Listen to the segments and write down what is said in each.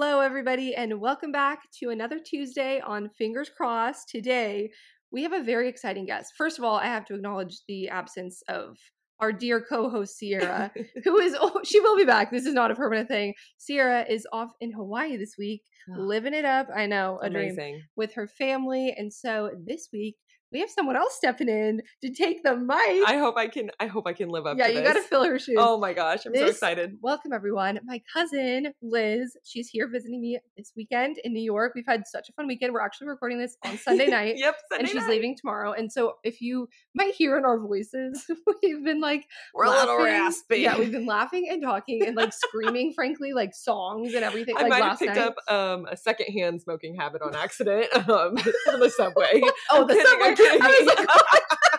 everybody, and welcome back to another Tuesday on Fingers Crossed. Today, we have a very exciting guest. First of all, I have to acknowledge the absence of our dear co-host Sierra, who is oh, she will be back. This is not a permanent thing. Sierra is off in Hawaii this week, living it up. I know, a dream Ah. Amazing. with her family, and so this week we have someone else stepping in to take the mic. I hope I can. I hope I can live up. yeah, to you this. got to fill her shoes. Oh my gosh, I'm so This- excited. Welcome, everyone. My cousin Liz, she's here visiting me this weekend in New York. We've had such a fun weekend. We're actually recording this on Sunday night. yep, Sunday And she's night. leaving tomorrow. And so, if you might hear in our voices, we've been like, We're a little laughing. raspy. Yeah, we've been laughing and talking and like screaming, frankly, like songs and everything. I like might have last picked night. up um, a secondhand smoking habit on accident um, from the subway. oh, the kidding, I'm subway. kidding. I was like,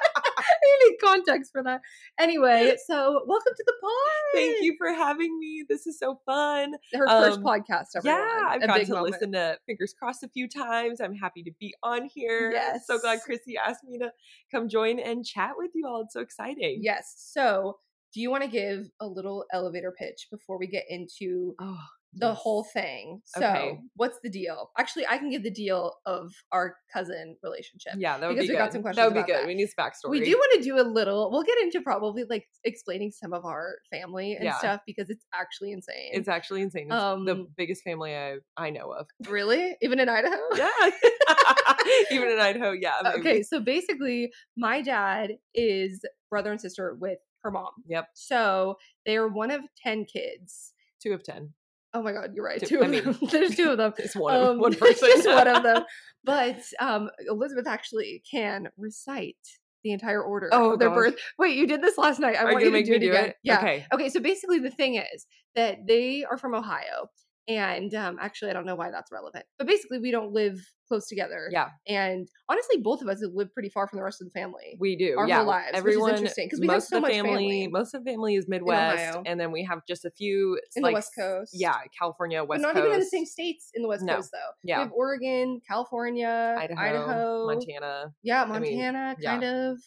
I need context for that. Anyway, so welcome to the pod. Thank you for having me. This is so fun. Her first Um, podcast ever. yeah, I've got to listen to Fingers Crossed a few times. I'm happy to be on here. So glad Yes. Chrissy asked me to come join and chat with you all. It's so exciting. Yes. So, do you want to give a little elevator pitch before we get into Oh, the yes. whole thing? So, Okay. what's the deal? Actually, I can give the deal of our cousin relationship. Yeah, that would because be we good. got some questions that would be about good. that. We need some backstory. We do want to do a little. We'll get into probably like explaining some of our family and Yeah. stuff because it's actually insane. It's actually insane. It's the Um, biggest family I I know of. really even in Idaho. Yeah. Even in Idaho, yeah. maybe. Uh, Okay, so basically, my dad is brother and sister with her mom. Yep. So they are one of ten kids. Two of ten. Oh my God, you're right. Two- Two of I mean, them. There's two of them. It's one of Um, one person. just one of them. But um, Elizabeth actually can recite the entire order Oh, of their gosh. birth. Wait, you did this last night. I Are you want gonna you to make do me it do again. it? Yeah. Okay. Okay, so basically the thing is that they are from Ohio. And um, actually, I don't know why that's relevant, but basically, we don't live close together. Yeah. And honestly, both of us have lived pretty far from the rest of the family. We do. Our yeah. whole lives, Everyone which is interesting because we have most so of the much family, family. most of the family is Midwest, Ohio. and then we have just a few it's In the like West s- Coast. Yeah, California, But West not Coast. even in the same states in the West No. Coast, though. Yeah. We have Oregon, California, Idaho, Montana. Yeah, I mean, Montana, yeah. kind of.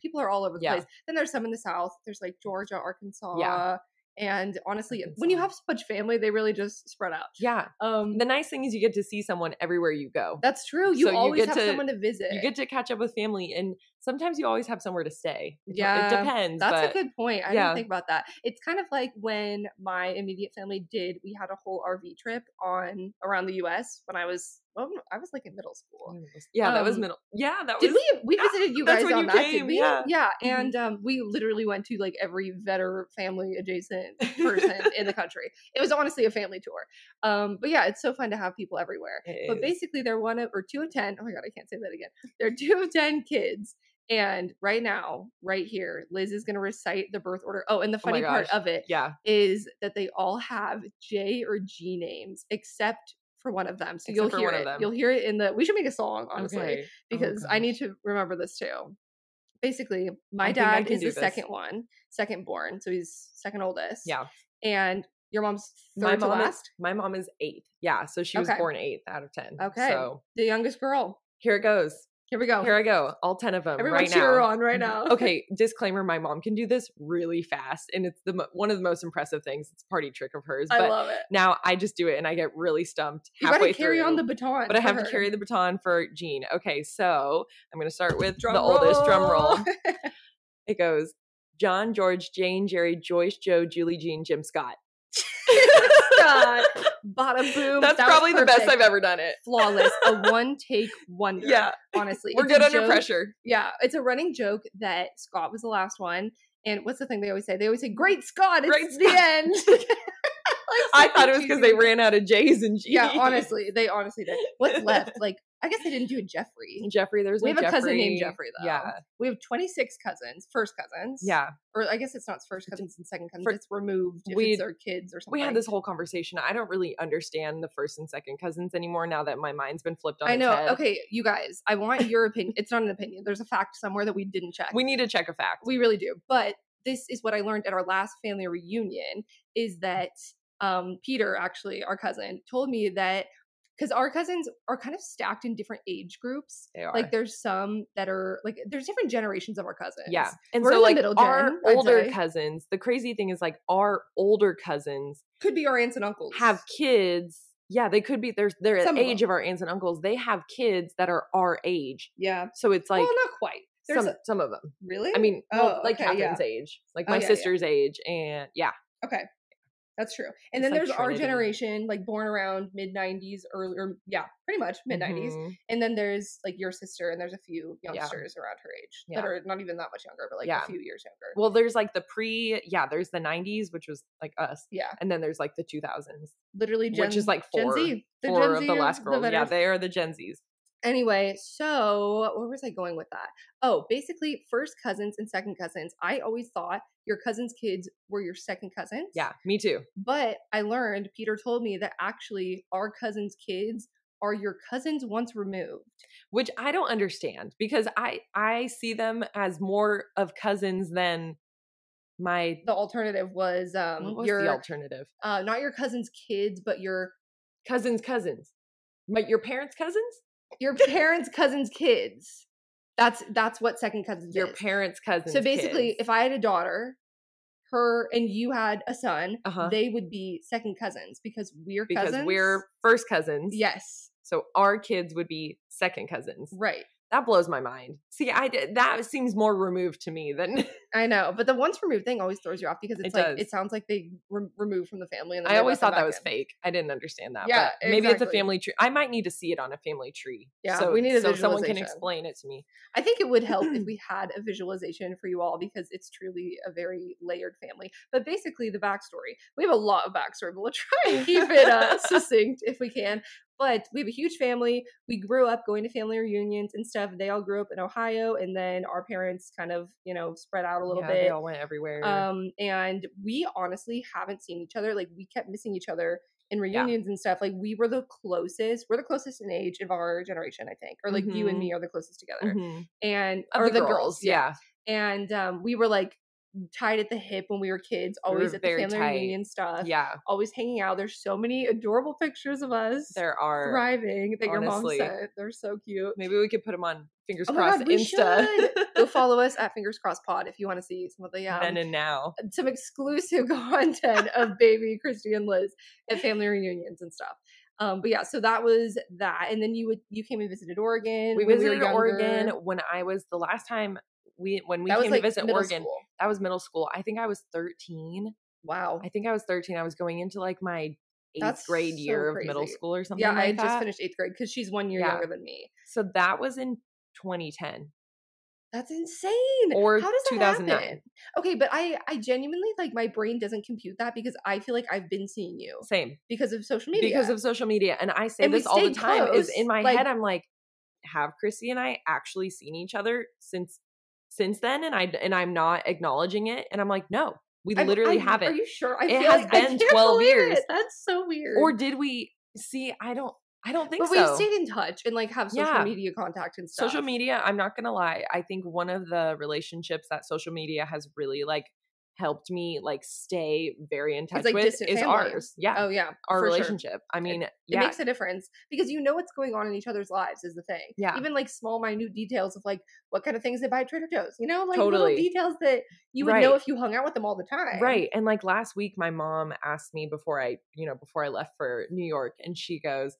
People are all over the Yeah. place. Then there's some in the South. There's like Georgia, Arkansas. And honestly, when you have Arkansas. so much family, they really just spread out. Yeah. Um, The nice thing is you get to see someone everywhere you go. that's true. You So you always get have to- someone to visit. you get to catch up with family, and sometimes you always have somewhere to stay. It- Yeah, it depends. that's but a good point. I yeah. didn't think about that. It's kind of like when my immediate family did. We had a whole RV trip on around the U.S. when I was well, I was like in middle school. Yeah, that was Um, middle. Yeah, that Did was. we? We yeah, visited you that's guys when on you that, did came, we? yeah. Mhm. and um, we literally went to like every vetter family adjacent person in the country. It was honestly a family tour. Um, but yeah, it's so fun to have people everywhere. It But is. basically, they're one of or two of ten. Oh my god, I can't say that again. They're two of ten kids. And right now, right here, Liz is going to recite the birth order. Oh, and the Oh my funny part gosh. of it yeah, is that they all have J or G names, except for one of them. So Except you'll for hear one of it. them. You'll hear it in the. We should make a song, honestly Okay. Oh, because I need gosh. to remember this too. Basically, my I think I dad can is do the this. second one, second born, so he's second oldest. Yeah, and your mom's third my to mom is last, my mom is eighth. Yeah, so she was Okay. born eighth out of ten. Okay. so the youngest girl. here it goes. Here we go. Here I go. All ten of them Everyone right cheer her now. Mm-hmm. on right now. okay, disclaimer: my mom can do this really fast, and it's the mo- one of the most impressive things. It's a party trick of hers, I but. love it. now I just do it and I get really stumped You got halfway to carry through. on the baton, but I for have her. to carry the baton for Jean. Okay, so I'm going to start with Drum the oldest drum roll. roll. It goes John, George, Jane, Jerry, Joyce, Joe, Julie, Jean, Jim, Scott. Oh God, bada boom. That's That was probably the best perfect. I've ever done it. Flawless, a one take wonder. Yeah, honestly, we're It's a good under joke- pressure. Yeah, it's a running joke that Scott was the last one. And what's the thing they always say? They always say, "Great Scott, it's Great the Scott." end." Like, I such a thought it was because they cheesy- ran out of J's and G's. Yeah, honestly, they honestly did. What's left? Like, I guess they didn't do a Jeffrey. Jeffrey, there's We no have a cousin named Jeffrey, though. Yeah, We have 26 cousins, first cousins. yeah. Or I guess it's not first cousins and second cousins. For- it's removed if we- it's their kids or something. We had this whole conversation. I don't really understand the first and second cousins anymore now that my mind's been flipped on. I its know. head. Okay, you guys, I want your opinion. It's not an opinion. There's a fact somewhere that we didn't check. we need to check a fact. we really do but this is what i learned at our last family reunion is that um, peter actually our cousin told me that because our cousins are kind of stacked in different age groups They are. like there's some that are like there's different generations of our cousins Yeah. And We're in so the like middle, our Jen, I'd older say. cousins, the crazy thing is like our older cousins could be our aunts and uncles have kids yeah, they could be. They're they're at Some of age them. of our aunts and uncles. They have kids that are our age, Yeah. so it's like well, not quite. There's some a, some of them. really. I mean, well, Oh, like okay, yeah. Catherine's age, like Oh, my yeah, yeah. sister's age, and yeah, Okay. That's true. And It's then like there's our Trinity. generation, like born around mid 90s, early, or yeah, pretty much mid 90s. Mhm. And then there's like your sister, and there's a few Yeah. youngsters around her age Yeah. that are not even that much younger, but like Yeah. a few years younger. Well, there's like the pre, yeah, there's the '90s, which was like us, yeah. and then there's like the 2000s, Literally, Gen, which is like Gen four, Z. The four Gen of the Zers, last girls. yeah, veterans. they are the Gen Zs. anyway, so where was I going with that? Oh, basically, first cousins and second cousins. I always thought your cousin's kids were your second cousins. Yeah, me too. But I learned, Peter told me that actually our cousin's kids are your cousins once removed. which I don't understand because I I see them as more of cousins than my The alternative was um what was your the alternative uh not your cousin's kids, but your cousins cousins, but your parents' cousins, your parents' cousins' kids. That's that's what second cousins your is. parents' cousins. So basically, kids. if I had a daughter, her and you had a son, Uh-huh. they would be second cousins because we're because cousins. we're first cousins, yes, So our kids would be second cousins. right. That blows my mind. See, I did, that seems more removed to me than I know, but the once removed thing always throws you off because it's It like does. it sounds like they re- removed from the family. And then I they always brought thought them that back was in. fake. I didn't understand that. Yeah, but maybe it's a exactly. family tree. I might need to see it on a family tree. Yeah, so, we need a so someone can visualization. explain it to me. I think it would help if we had a visualization for you all because it's truly a very layered family. But basically, the backstory we have a lot of backstory, but we'll try and keep it uh, succinct if we can. But we have a huge family. We grew up going to family reunions and stuff. They all grew up in Ohio, and then our parents kind of, you know, spread out a little yeah, bit. They all went everywhere. Um, and we honestly haven't seen each other. Like we kept missing each other in Yeah. reunions and stuff. Like we were the closest. We're the closest in age of our generation, I think. Or like you and Mhm. me are the closest together. Mhm. And Of or the, girls, yeah. And um, we were like tied at the hip when we were kids. Always were at the very family tight. reunion stuff. Yeah, Always hanging out. There's so many adorable pictures of us there are. thriving that honestly. your mom sent. They're so cute. Maybe we could put them on fingers Oh my crossed God, we Insta. should. Go follow us at Fingers Crossed Pod if you want to see some of the um, then and now. some exclusive content of baby Christy and Liz at family reunions and stuff. Um, but yeah, so that was that, and then you would you came and visited Oregon. We when were visited Oregon younger. when I was the last time we when we That was came like to visit middle Oregon. school. That was middle school. I think I was thirteen. Wow. I think I was thirteen. I was going into like my eighth That's grade so year of middle crazy. school or something. yeah, I like had just that. finished eighth grade because she's one year Yeah. younger than me. So that was in 2010. That's insane. Or How does that 2009. happen? Okay, but I I genuinely like my brain doesn't compute that because I feel like I've been seeing you Same because of social media. because of social media, and I say And we this all the stayed time. Is close, in my like- head, I'm like, have Chrissy and I actually seen each other since since then? And I and I'm not acknowledging it, and I'm like, no, we I- literally I- Are haven't. you sure? I It feel has like- I been can't 12 believe years. it. That's so weird. or did we see? I don't. I don't think but so. we've stayed in touch and like have social Yeah. media contact and stuff. social media. I'm not gonna lie. I think one of the relationships that social media has really like helped me like stay very in touch like with distant is family. ours. Yeah, Oh yeah, for our sure. relationship. I mean, yeah, It makes a difference because you know what's going on in each other's lives is the thing. Yeah. Even like small minute details of like what kind of things they buy at Trader Joe's. You know, like Totally. little details that you would know Right. if you hung out with them all the time. Right. And like last week, my mom asked me before I, you know, before I left for New York, and she goes,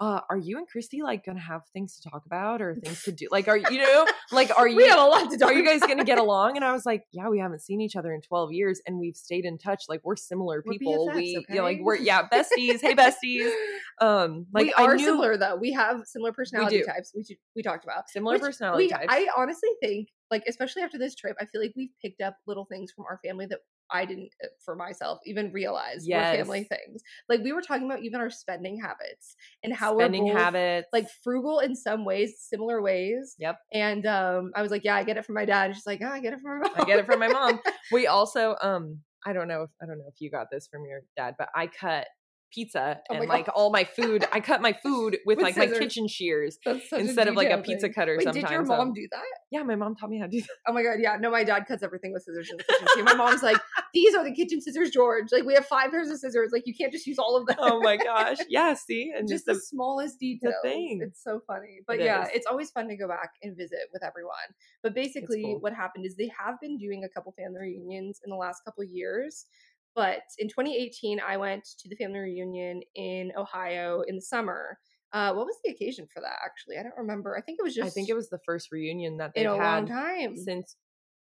uh, are you and Christy like gonna have things to talk about or things to do? Like, are you know, like, are we you have a lot to talk are you guys about. gonna get along? And I was like, yeah, we haven't seen each other in twelve years, and we've stayed in touch. Like, we're similar We're people. BFFs, we you know, like okay? we're yeah, besties. hey, besties. Um, like we I are knew- similar though. We have similar personality do. types, which we talked about. similar Which personality we- types. I honestly think, like, especially after this trip, I feel like we've picked up little things from our family that I didn't, uh, for myself, even realize were family Yes. things. Like we were talking about even our spending habits and how spending we're both, habits. like frugal in some ways, similar ways. Yep. And um, I was like, yeah, I get it from my dad. And she's like, oh, I get it from my mom. I get it from my mom. We also, um, I don't know if I don't know if you got this from your dad, but I cut pizza Oh my and God. like all my food. I cut my food with, With like scissors. my kitchen shears That's such a instead of like a detailed pizza thing. cutter. Wait, sometimes um did your so- mom do that? yeah, my mom taught me how to do that. Oh my god, yeah. No, my dad cuts everything with scissors in the kitchen. too. My mom's like, these are the kitchen scissors, George. Like we have five pairs of scissors. Like you can't just use all of them. Oh my gosh, yeah. See, and just just the, the, smallest details. thing. It's so funny. But It yeah, is. it's always fun to go back and visit with everyone. But basically cool. what happened is they have been doing a couple family reunions in the last couple years. But in 2018, I went to the family reunion in Ohio in the summer. Uh, what was the occasion for that? Actually, I don't remember. I think it was just I think it was the first reunion that in they've a long had time since, since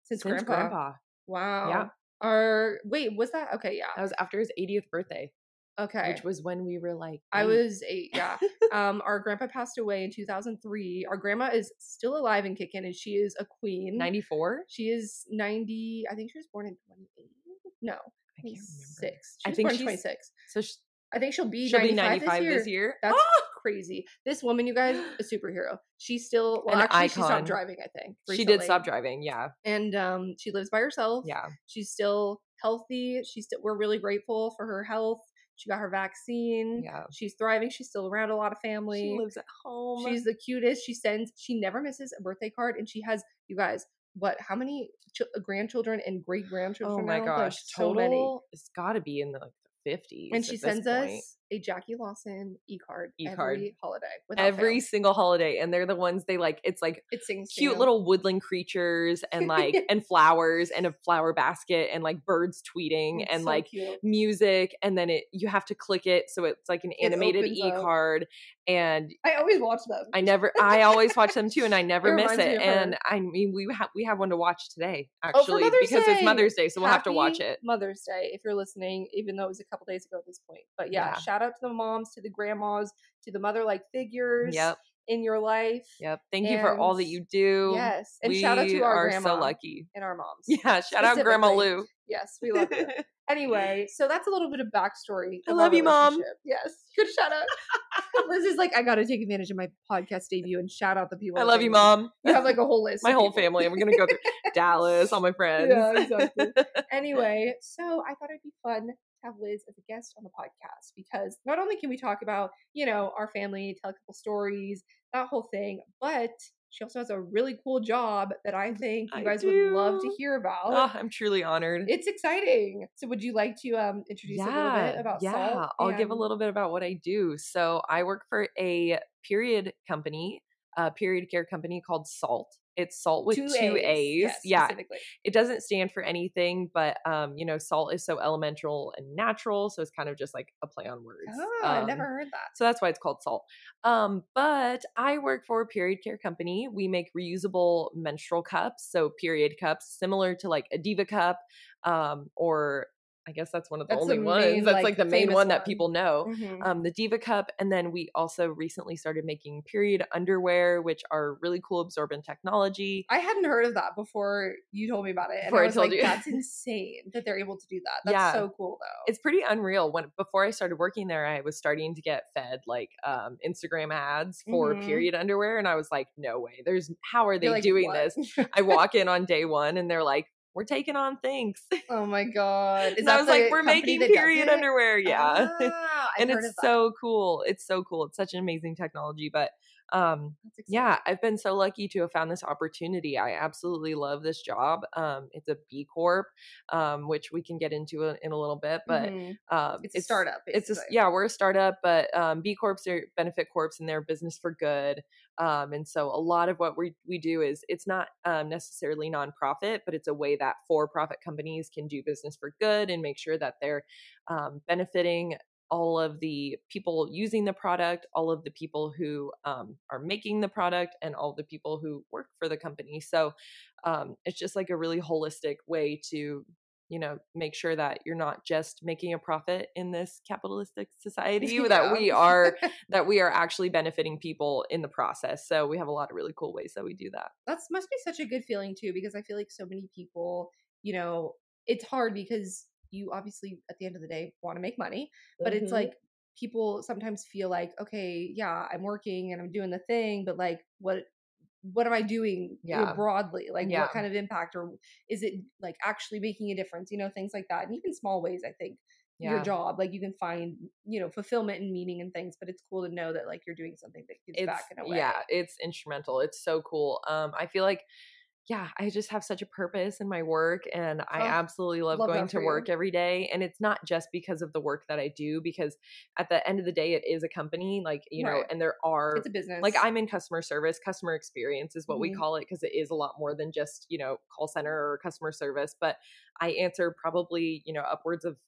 since grandpa. grandpa. Wow. Yeah. Or wait, was that okay? Yeah. That was after his 80th birthday, Okay. which was when we were like I eight. was eight. Yeah. um, our grandpa passed away in 2003. Our grandma is still alive and kicking, and she is a queen. 94. She is 90. I think she was born in 28. No, I can't remember. 26. She I was think born in she's- 26. So sh- I think she'll be she'll 95, be 95 this year. That's crazy. This woman, you guys, a superhero. She's still well. An actually, she icon. stopped driving. I think she did recently. stop driving. Yeah. and um, she lives by herself. Yeah. She's still healthy. She's still. We're really grateful for her health. She got her vaccine. Yeah. She's thriving. She's still around a lot of family. She lives at home. She's the cutest. She sends. She never misses a birthday card, and she has you guys. What? How many ch- uh, grandchildren and great grandchildren? oh my now? Like, gosh. so total, many. it's got to be in the like, 50s. And at she this sends point. us a Jackie Lawson e card E-card. every holiday. without every fail. single holiday. And they're the ones they like, it's like it sings to cute you. little woodland creatures and like, and flowers and a flower basket and like birds tweeting It's and so like, cute. music and then it you have to click it so it's like an It animated opens up. e-card and I always watch them. I never I always watch them too and I never miss reminds me it of and her. Oh, I mean we have we have one to watch today for actually Mother's because Day! it's Mother's Day so we'll have to watch Happy it. Mother's Day, if you're listening, even though it was a couple days ago at this point. But yeah, Yeah. shout out to the moms, to the grandmas, to the mother like figures Yep. in your life. Yep. Thank you for all that And- you do. Yes. And shout out to We our are grandma so lucky. and our moms. Yeah, shout out Grandma Specifically. Lou. Yes, we love you. Anyway, so that's a little bit of backstory. I of love our you, Mom. relationship. Yes. Good shout out. Liz is like, I got to take advantage of my podcast debut and shout out the people. I that love they you, know." Mom. You have like a whole list. My of whole people. family. We're gonna go through Dallas, all my friends. Yeah, exactly. anyway, so I thought it'd be fun to have Liz as a guest on the podcast because not only can we talk about, you know, our family, tell a couple stories, that whole thing, but she also has a really cool job that I think you I guys would love to do. hear about. Ah, I'm truly honored. It's exciting. So would you like to um introduce a little bit about yeah. salt? I'll give a and- little bit about what I do. So I work for a period company, a period care company called Salt. It's Salt with two, A's. yes, yeah, specifically. it doesn't stand for anything, but um, you know, salt is so elemental and natural, so it's kind of just like a play on words. Oh, I Um, never heard that. so that's why it's called salt. Um, but I work for a period care company. We make reusable menstrual cups, so period cups, similar to like a diva cup, um, or I guess that's one of the That's the only ones. main, that's like, like, the main famous one, that one. people know. Mhm. Um, the Diva Cup, and then we also recently started making period underwear, which are really cool absorbent technology. I hadn't heard of that before you told me about it. And Before I I was told like, you. that's insane that they're able to do that. That's Yeah. so cool though. It's pretty unreal. When before I started working there, I was starting to get fed like um, Instagram ads for Mhm. period underwear, and I was like, "No way! There's how are they You're like, doing "What?" this?" I walk in on day one and they're like, we're taking on thanks. Oh my god! And I was the like, we're company making that does it?" period underwear. Yeah. Ah, I've and heard it's of that. so cool. It's so cool. It's such an amazing technology. But um, That's exciting. yeah, I've been so lucky to have found this opportunity. I absolutely love this job. Um, it's a B Corp, um, which we can get into uh, in, in a little bit. But Mhm. um, it's a startup. it's a, s- basically. yeah, we're a startup, but um, B Corps are benefit corps and they're business for good. Um, and so a lot of what we we do is it's not um, necessarily nonprofit, but it's a way that for profit companies can do business for good and make sure that they're um, benefiting all of the people using the product, all of the people who um, are making the product, and all the people who work for the company. So um, it's just like a really holistic way to you know make sure that you're not just making a profit in this capitalistic society Yeah. that we are that we are actually benefiting people in the process so we have a lot of really cool ways that we do that That's must be such a good feeling too, because I feel like so many people, you know, it's hard because you obviously at the end of the day want to make money, but Mm-hmm. it's like people sometimes feel like okay yeah i'm working and i'm doing the thing but like what what am i doing you know, Yeah. broadly like Yeah. what kind of impact or is it like actually making a difference you know things like that and even small ways i think your Yeah. job like you can find you know fulfillment and meaning and things but it's cool to know that like you're doing something that gives back in a way yeah it's instrumental it's so cool um i feel like yeah i just have such a purpose in my work and i Oh, absolutely love, love that going for to you. work every day and it's not just because of the work that i do because at the end of the day it is a company like you know Right. and there are it's a business like I'm in customer service, customer experience is what we Mhm. call it because it is a lot more than just, you know, call center or customer service, but I answer probably, you know, upwards of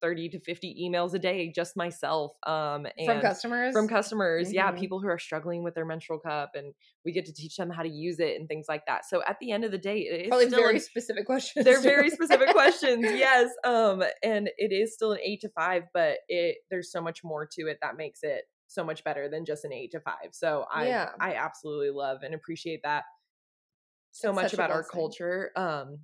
30 to 50 emails a day just myself um and from customers. from customers yeah Mhm. people who are struggling with their menstrual cup and we get to teach them how to use it and things like that so at the end of the day it's Probably still very an- specific questions. they're too. very specific questions yes um and it is still an eight to five but it there's so much more to it that makes it so much better than just an eight to five so i Yeah. i absolutely love and appreciate that so It's much such a about our blessing. culture um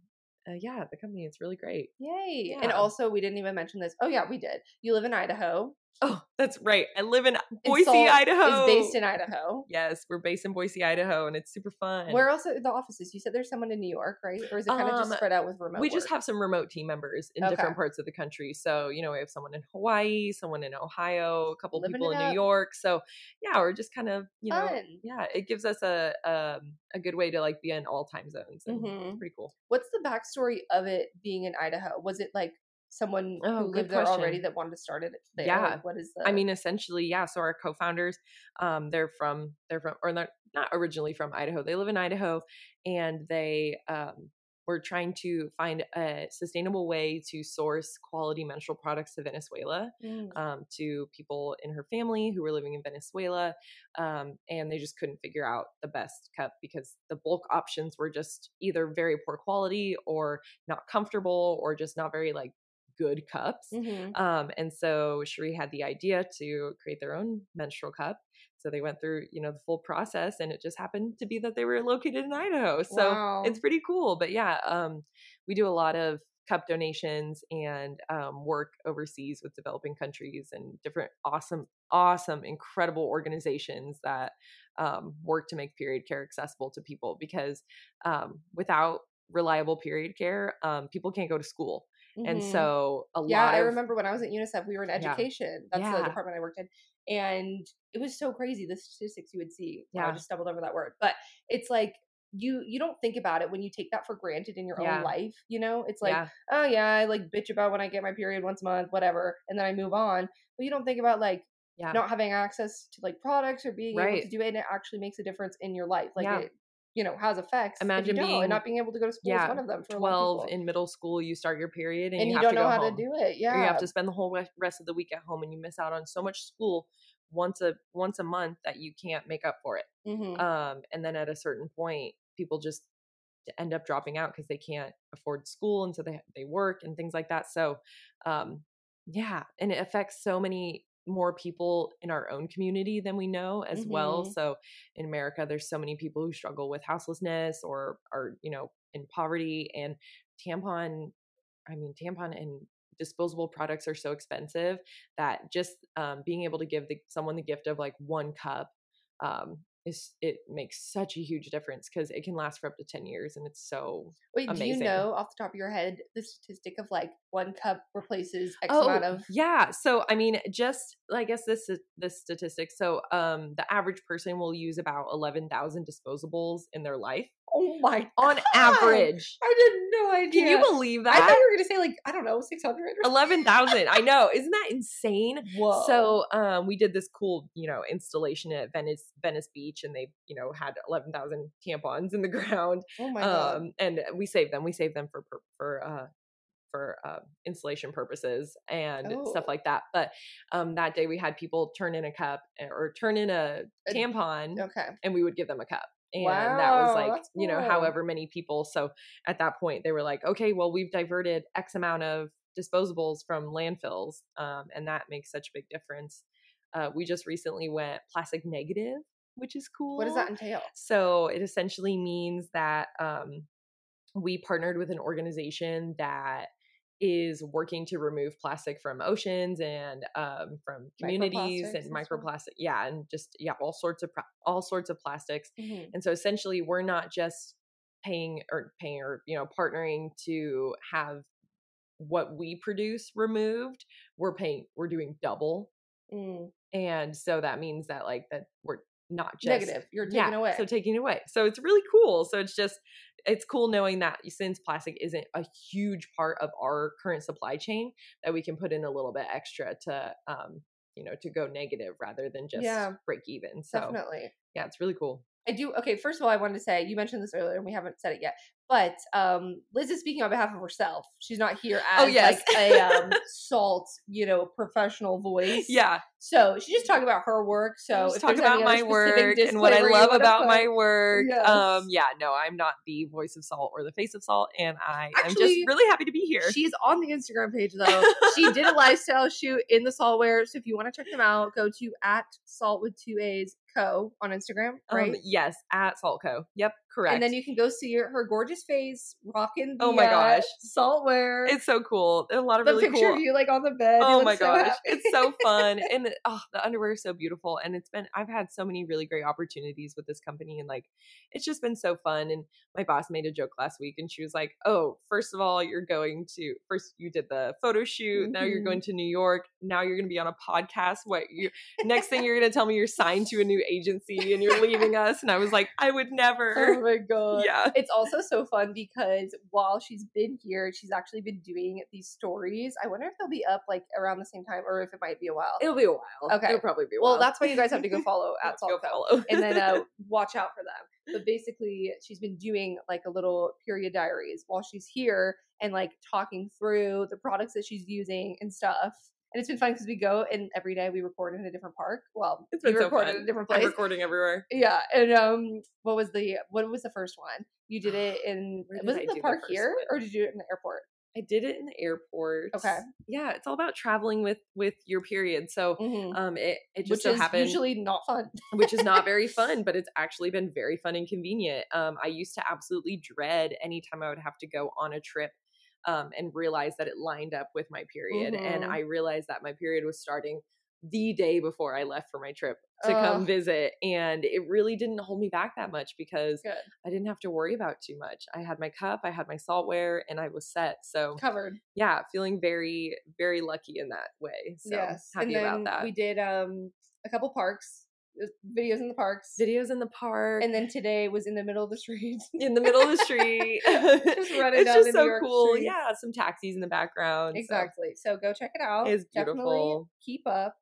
uh, yeah the company is really great Yay. And Yeah. also, we didn't even mention this. Oh, yeah, we did. You live in Idaho. oh that's right i live in and boise Salt idaho Is based in Idaho. yes we're based in boise idaho and it's super fun Where else are the offices? You said there's someone in New York, right? Or is it kind of just Um, spread out with remote? we just work? have some remote team members in Okay. different parts of the country. So, you know, we have someone in Hawaii, someone in Ohio, a couple Living people it in up. New York. So, yeah, we're just kind of, you know, Fun. yeah, it gives us a um, a good way to like be in all time zones. And It's Mhm. pretty cool. What's the backstory of it being in Idaho? Was it like someone Oh, who good lived there already question. that wanted to start it there? Yeah. Like, what is the? I mean, essentially, yeah. So our co-founders, um, they're from they're from or they're not originally from Idaho. They live in Idaho, and they um, were trying to find a sustainable way to source quality menstrual products to Venezuela. Mm. um, to people in her family who were living in Venezuela. Um, and they just couldn't figure out the best cup because the bulk options were just either very poor quality or not comfortable or just not very like good cups. Mhm. Um, and so Cherie had the idea to create their own menstrual cup. So they went through, you know, the full process and it just happened to be that they were located in Idaho. So Wow. it's pretty cool. But yeah, um, we do a lot of cup donations and um, work overseas with developing countries and different awesome, awesome, incredible organizations that um, work to make period care accessible to people because um, without reliable period care, um, people can't go to school. And Mhm. so a Yeah, lot I of remember when I was at UNICEF, we were in Yeah. education. That's the Yeah. department I worked in. And it was so crazy the statistics you would see. Wow, I Yeah. just stumbled over that word. But it's like you you don't think about it when you take that for granted in your Yeah. own life, you know? It's like, yeah. oh yeah, I like bitch about when I get my period once a month, whatever, and then I move on. But you don't think about like Yeah. not having access to like products or being able Right. to do it and it actually makes a difference in your life. Like Yeah. it you know, has effects. if you Imagine don't, being- and not being able to go to school is yeah, one of them for a lot of 12 people. in middle school you start your period and, and you, you, have don't to go know how home. to do it. Yeah. or you have to spend the whole re- rest of the week at home and you miss out on so much school once a once a month that you can't make up for it Mhm. um and then at a certain point people just end up dropping out because they can't afford school and so they they work and things like that so um yeah and it affects so many more people in our own community than we know as well Mhm. so in america there's so many people who struggle with houselessness or are you know in poverty and tampon i mean tampon and disposable products are so expensive that just um, being able to give the, someone the gift of like one cup um, is it makes such a huge difference because it can last for up to 10 years and it's so Wait, do you amazing. know off the top of your head the statistic of like one cup replaces X Oh, amount of? yeah so i mean just i guess this is this statistic so um the average person will use about 11000 disposables in their life Oh my! on God! average I had no idea. can you believe I thought that you were gonna say like I don't know six hundred. 11000 i know isn't that insane Whoa! So um, we did this cool, you know, installation at Venice Venice Beach, and they, you know, had eleven thousand tampons in the ground, oh my god! um, and we saved them. We saved them for pur- for uh, for uh, installation purposes and stuff Oh. like that. But um, that day we had people turn in a cup eh, or turn in a A- tampon, Okay. and we would give them a cup. And that was Wow, like, that's you know, cool. however many people. So at that point, they were like, okay, well, we've diverted X amount of disposables from landfills. Um, and that makes such a big difference. Uh, we just recently went plastic negative, which is cool. What does that entail? So it essentially means that um, we partnered with an organization that is working to remove plastic from oceans and um, from communities Microplastics and and stuff? microplastic. Yeah, and just yeah, all sorts of pro- all sorts of plastics. Mhm. And so essentially, we're not just paying or paying or you know partnering to have what we produce removed. We're paying. We're doing double, Mm. and so that means that like that we're not just Negative. You're taking away. so taking it away. So it's really cool. So it's just it's cool knowing that since plastic isn't a huge part of our current supply chain, that we can put in a little bit extra to um, you know, to go negative rather than just Yeah. break even. So Definitely. yeah, it's really cool. I do. Okay, first of all, I wanted to say you mentioned this earlier, and we haven't said it yet. But um, Liz is speaking on behalf of herself. She's not here as Oh, yes. like a um, salt, you know, professional voice. Yeah. So she's just talking about her work. So Just if talk there's any about other my specific work and what I disclaimer you love wanna about put- my work. Yes. Um, yeah, no, I'm not the voice of salt or the face of salt, and I am just Actually, really happy to be here. She's on the Instagram page though. she did a lifestyle shoot in the saltware. So if you want to check them out, go to at salt with two A's co on Instagram, right? Um, yes, at Saltco. Yep, correct. and then you can go see her, her gorgeous face rocking the Oh my uh, gosh. saltware. it's so cool. There are a lot of the really picture cool of you like on the bed. You Oh look my so gosh, happy. it's so fun, and oh, the underwear is so beautiful. And it's been I've had so many really great opportunities with this company, and like it's just been so fun. And my boss made a joke last week, and she was like, "Oh, first of all, you're going to first you did the photo shoot, now you're Mhm. going to New York, now you're going to be on a podcast. What you next thing you're going to tell me you're signed to a new agency and you're leaving us?" And I was like, "I would Oh never." my god. Yeah. It's also so fun because while she's been here, she's actually been doing these stories. I wonder if they'll be up like around the same time or if it might be a while. It'll be a while. Okay. It'll probably be a well, while. that's why you guys have to go follow at Go Saltco. follow. and then uh, watch out for them. But basically, she's been doing like a little period diaries while she's here and like talking through the products that she's using and stuff. And it's been fun because we go and every day we record in a different park. Well, It's we been so record in fun. a different I'm place. recording everywhere. Yeah, and um, what was the what was the first one? You did it in Where did was I it the do the park first here one? or did you do it in the airport? I did it in the airport. Okay. Yeah, it's all about traveling with with your period. So Mhm. um it, it just Which so is happened usually not fun. which is not very fun, but it's actually been very fun and convenient. Um I used to absolutely dread anytime I would have to go on a trip um and realize that it lined up with my period. And Mhm. I realized that my period was starting the day before I left for my trip to come Ugh. visit. And it really didn't hold me back that much because Good. I didn't have to worry about too much. I had my cup, I had my saltware, and I was set. So Covered. yeah, feeling very, very lucky in that way. So happy about that. We did um a couple parks, uh, videos in the parks, Videos in the park, and then today was in the middle of the street. in the middle of the street. Just running it's down just the New so York cool. streets. Yeah, some taxis in the background. so exactly. So go check it out. It's Definitely beautiful. keep up,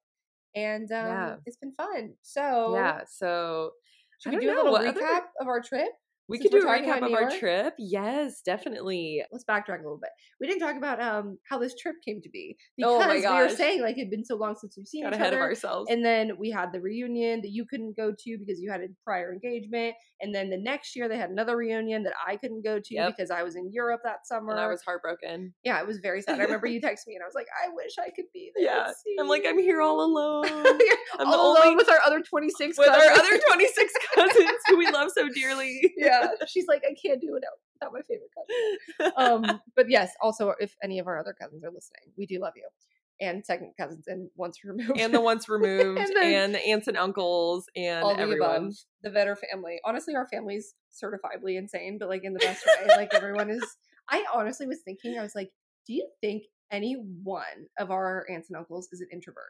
and um, Yeah. it's been fun. So Yeah, so should I we don't do a know, little what recap other- of our trip? we Since could do a we're talking about recap of New our York? trip. Yes, definitely. Let's backtrack a little bit. We didn't talk about um how this trip came to be Oh because my we were gosh. saying like it'd been so long since we've seen Got each ahead other. of ourselves. And then we had the reunion that you couldn't go to because you had a prior engagement. And then the next year they had another reunion that I couldn't go to Yep. because I was in Europe that summer. and I was heartbroken. yeah, it was very sad. I remember you texted me and I was like, I wish I could be there. Yeah. to see I'm like, I'm here all you." alone. You're I'm all the alone only with our other 26 with our cousins. other 26 cousins who we love so dearly. yeah, she's like, I can't do it out- without my favorite cousin. Um, but yes, also if any of our other cousins are listening, we do love you. And second cousins and once removed. and the once removed And and, the- the aunts and uncles and all the everyone. above. The Vetter family. Honestly, our family's certifiably insane, but like in the best way. Like everyone is. I honestly was thinking, I was like, do you think any one of our aunts and uncles is an introvert?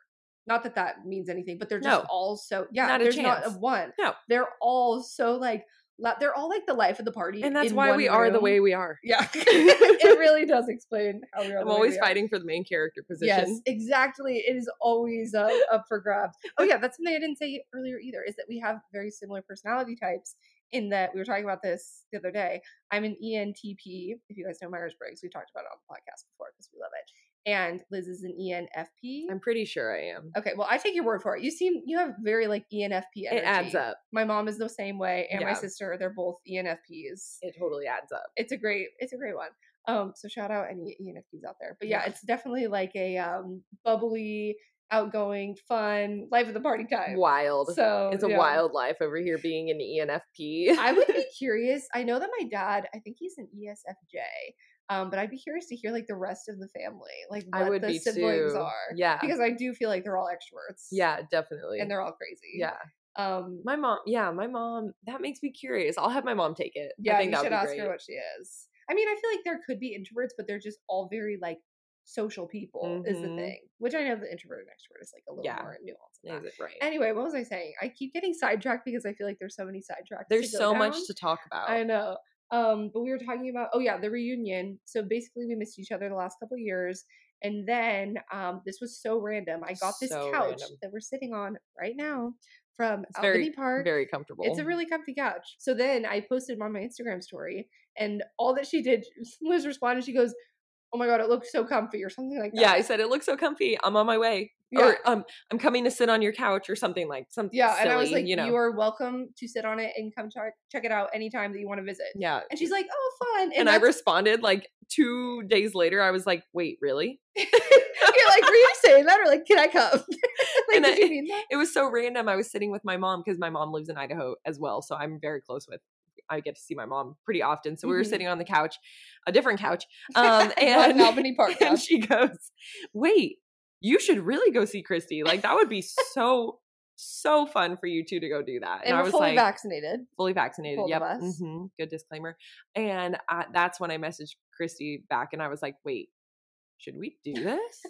Not that that means anything, but they're just No. all so yeah. Not a there's not a chance. one. No. they're all so like la- they're all like the life of the party, And that's in why we one are the room. way we are. Yeah, it really does explain how we are. I'm the way always we are. fighting for the main character position. Yes, exactly. It is always up, up for grabs. Oh yeah, that's something I didn't say earlier either. Is that we have very similar personality types. In that we were talking about this the other day. I'm an E ENTP. If you guys know Myers Briggs, we talked about it on the podcast before because we love it. And Liz is an E ENFP. I'm pretty sure I am. okay, well I take your word for it. You seem you have very like E ENFP energy. It adds up. My mom is the same way, and my Yeah. sister. They're both E ENFPs It totally adds up. it's a great it's a great one um so shout out any enfps out there but yeah Yeah. it's definitely like a um bubbly outgoing fun life of the party time Wild. so it's a yeah. wild life over here being an E ENFP. i would be curious i know that my dad i think he's an E esfj um but i'd be curious to hear like the rest of the family like I what would the be siblings too. are Yeah. because i do feel like they're all extroverts yeah, definitely. and they're all crazy yeah. um My mom, yeah, my mom, that makes me curious. I'll have my mom take it. Yeah, I you think that would should be ask great. her what she is. I mean, I feel like there could be introverts, but they're just all very like social people is the Mhm. thing. Which I know the introvert and extrovert is like a little Yeah. more nuanced. than Is that. it right? Anyway, what was I saying? I keep getting sidetracked because I feel like there's so many sidetracks. There's so much down. to talk about. I know. Um, but we were talking about oh yeah, the reunion. So basically, we missed each other the last couple years, and then um, this was so random. I got this So couch random. that we're sitting on right now from It's very- Albany Park. Very comfortable. It's a really comfy couch. So then I posted on my Instagram story, and all that she did, Liz responded. She goes, "Oh my god, it looks so comfy," or something like that. yeah, I said it looks so comfy. I'm on my way. Yeah. Or um, I'm coming to sit on your couch or something like something. yeah. and I was silly, like, you, you know. are welcome to sit on it and come check check it out anytime that you want to visit." yeah. And she's like, "Oh, fun!" And, I that's- responded like two days later. I was like, wait, really? you're like, "Were you saying that, or like, can I come?" like, And did you I- mean that? It was so random. I was sitting with my mom because my mom lives in Idaho as well. So I'm very close with. I get to see my mom pretty often. So we were Mhm. sitting on the couch, a different couch. Um, Not and Albany Park and couch. she goes, "Wait, you should really go see Christy. Like that would be so so fun for you two to go do that." and I we're was fully like, vaccinated. "Fully vaccinated. both of yep. us. hmm Good disclaimer." And I, that's when I messaged Christy back, and I was like, "Wait, should we do this?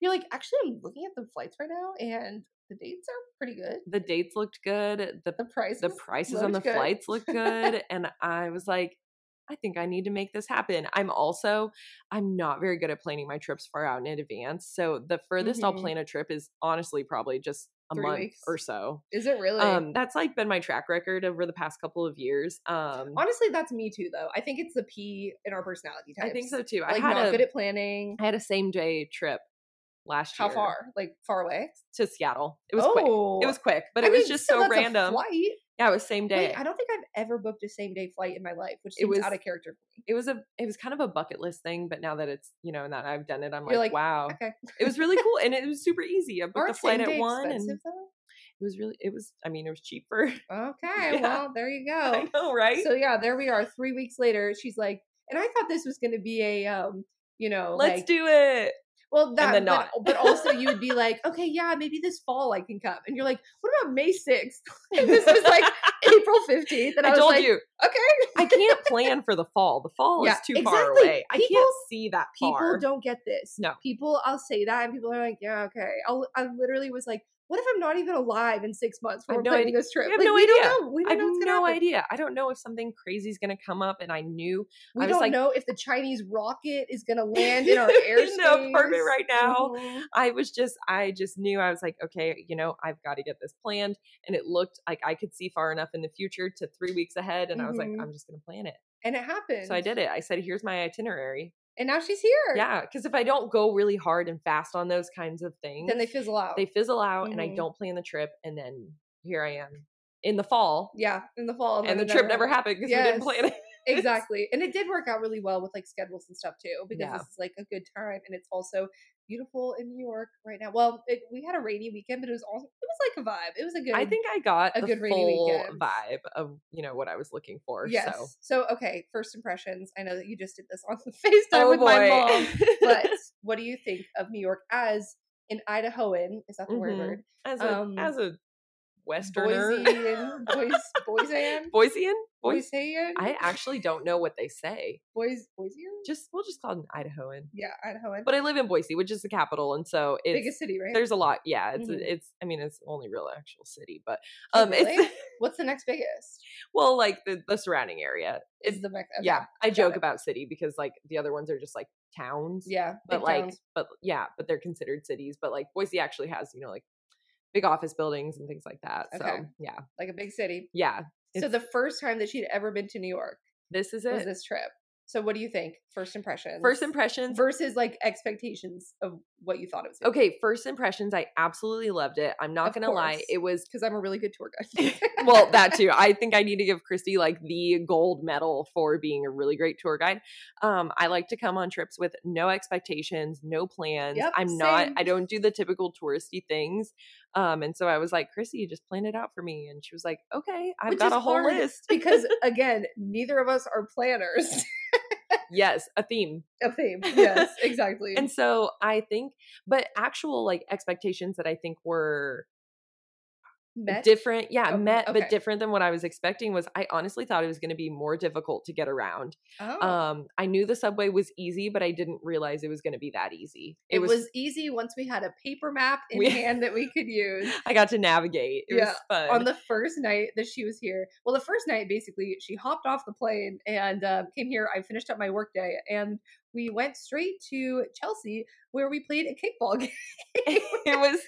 You're like, actually, I'm looking at the flights right now, and the dates are pretty good. the dates looked good. The The price, the prices on the looked good. flights look good and i was like i think i need to make this happen i'm also i'm not very good at planning my trips far out in advance so the furthest i'll Mhm. plan a trip is honestly probably just a Three month weeks. or so Is it really? um that's like been my track record over the past couple of years um Honestly, that's me too, though. I think it's the P in our personality i types. think so too i Like had not a good at planning. I had a same day trip last How year far? Like far away? Oh. to seattle it was quick it was quick but I it was mean, just still, so that's a random flight. yeah it was same day Wait, I don't think I've ever booked a same day flight in my life, which It seems was- out of character for me. it was a it was kind of a bucket list thing, but now that it's you know, now that I've done it, I'm You're like, like, wow. Okay. It was really cool and it was super easy. I booked Aren't the flight same at day one and expensive, it was really it was I mean, it was cheaper. though? Okay. Yeah. Well, there you go. I know, right? Oh, So yeah, there we are. Three weeks later, she's like, and I thought this was going to be a, um, you know, Let's like, do it. well that, then but, but also you would be like, okay, yeah, maybe this fall I can come, and you're like, what about May sixth? and this was like April fifteenth, and I, I, was told like, you. okay, I can't plan for the fall. The fall Yeah, is too far exactly. away. I People- can't see that people far. don't get this. No. people, I'll say that, and people are like, yeah, okay. I'll, I literally was like, what if I'm not even alive in six months I when we're have no planning idea- this trip? we have like, no we idea. don't know. We I don't have know what's gonna no happen. idea. I don't know if something crazy's gonna come up and I knew We I was don't like- know if the Chinese rocket is gonna land in our airspace. in the apartment right now. Mhm. I was just, I just knew I was like, okay, you know, I've got to get this planned. And it looked like I could see far enough in the future to three weeks ahead. And I was like, Mhm. I'm just going to plan it. and it happened. So I did it. I said, here's my itinerary. and now she's here. Yeah. Cause if I don't go really hard and fast on those kinds of things, Then they fizzle out. they fizzle out and I Mhm. don't plan the trip. And then here I am in the fall. yeah, in the fall, And the then it trip never happened because we Yes. didn't plan it. exactly and it did work out really well with like schedules and stuff too because Yeah. this is like a good time and it's also beautiful in new york right now well it, we had a rainy weekend but it was also it was like a vibe it was a good I think I got A the good rainy full weekend. vibe of you know what I was looking for. yes So so. okay first impressions i know that you just did this on the Oh, facetime with my mom but what do you think of new york as an idahoan is that the right Mhm. word as a Um, as a westerner boisean boise boisean boisean boise boisean i actually don't know what they say boise boisean just we'll just call it an idahoan yeah idahoan but i live in boise which is the capital and so it's biggest city right there's a lot yeah it's Mhm. it's i mean it's the only real actual city but Oh, um really? it's what's the next biggest well like the, the surrounding area is It's- the next okay. yeah i joke it. about city because like the other ones are just like towns Yeah, but big like towns. but yeah but they're considered cities but like boise actually has you know like big office buildings and things like that Okay. so yeah like a big city. yeah So the first time that she'd ever been to New York this is was it this trip. So what do you think? First impressions. first impressions versus like expectations of what you thought it was. Okay, first impressions. I absolutely loved it. I'm not Of gonna lie. course. It was because I'm a really good tour guide. well that too. I think I need to give Christy like the gold medal for being a really great tour guide. Um, I like to come on trips with no expectations, no plans. Yep, I'm not. same. I don't do the typical touristy things. Um, and so I was like, Christy, just plan it out for me. And she was like, Okay, I've Which got is a whole hard list. because again, neither of us are planners. yes, a theme. a theme. Yes, exactly. And so I think, but actual like expectations that I think were Met. different yeah Oh, met okay. but different than what i was expecting was i honestly thought it was going to be more difficult to get around oh. um i knew the subway was easy but i didn't realize it was going to be that easy it was, easy once we had a paper map in We- hand that we could use. i got to navigate it Yeah, was fun on the first night that she was here. Well, the first night, basically, she hopped off the plane and uh, came here. I finished up my work day and we went straight to Chelsea where we played a kickball game. it was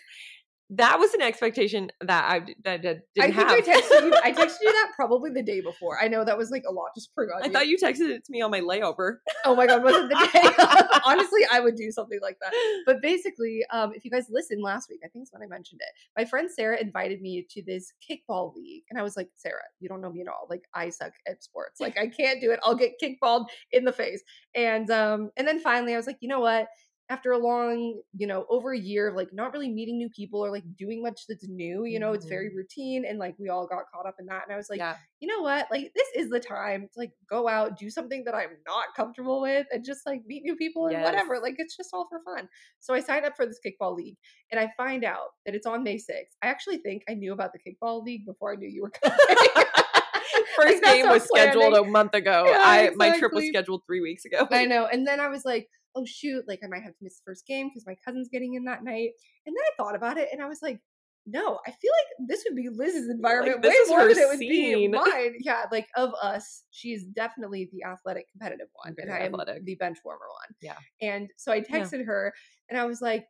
that was an expectation that I that, that didn't I think have. I texted you. I texted you that probably the day before. I know that was like a lot to spring on I you. thought you texted it to me on my layover. Oh my god, was it the day? Honestly, I would do something like that. But basically, um, if you guys listened last week, I think it's when I mentioned it. My friend Sarah invited me to this kickball league, and I was like, Sarah, you don't know me at all. Like, I suck at sports. Like, I can't do it. I'll get kickballed in the face. And um, and then finally, I was like, you know what? After a long, you know, over a year of like not really meeting new people or like doing much that's new, you know, it's Mhm. very routine, and like we all got caught up in that. And I was like yeah. you know what? Like this is the time to like go out, do something that I'm not comfortable with, and just like meet new people and whatever. Yes. Like it's just all for fun. So I signed up for this kickball league, and I find out that it's on May 6th. I actually think I knew about the kickball league before I knew you were coming. First that's game our was scheduled a planning. month ago. Yeah, I my trip was exactly. scheduled three weeks ago. I know. And then I was like, oh shoot, like I might have to miss the first game because my cousin's getting in that night. And then I thought about it, and I was like. No, I feel like this would be Liz's environment this way is more her than it would be scene. mine. Yeah, like of us, she is definitely the athletic, competitive one, and Very I am athletic. the bench warmer one. Yeah. And so I Yeah. texted her, and I was like,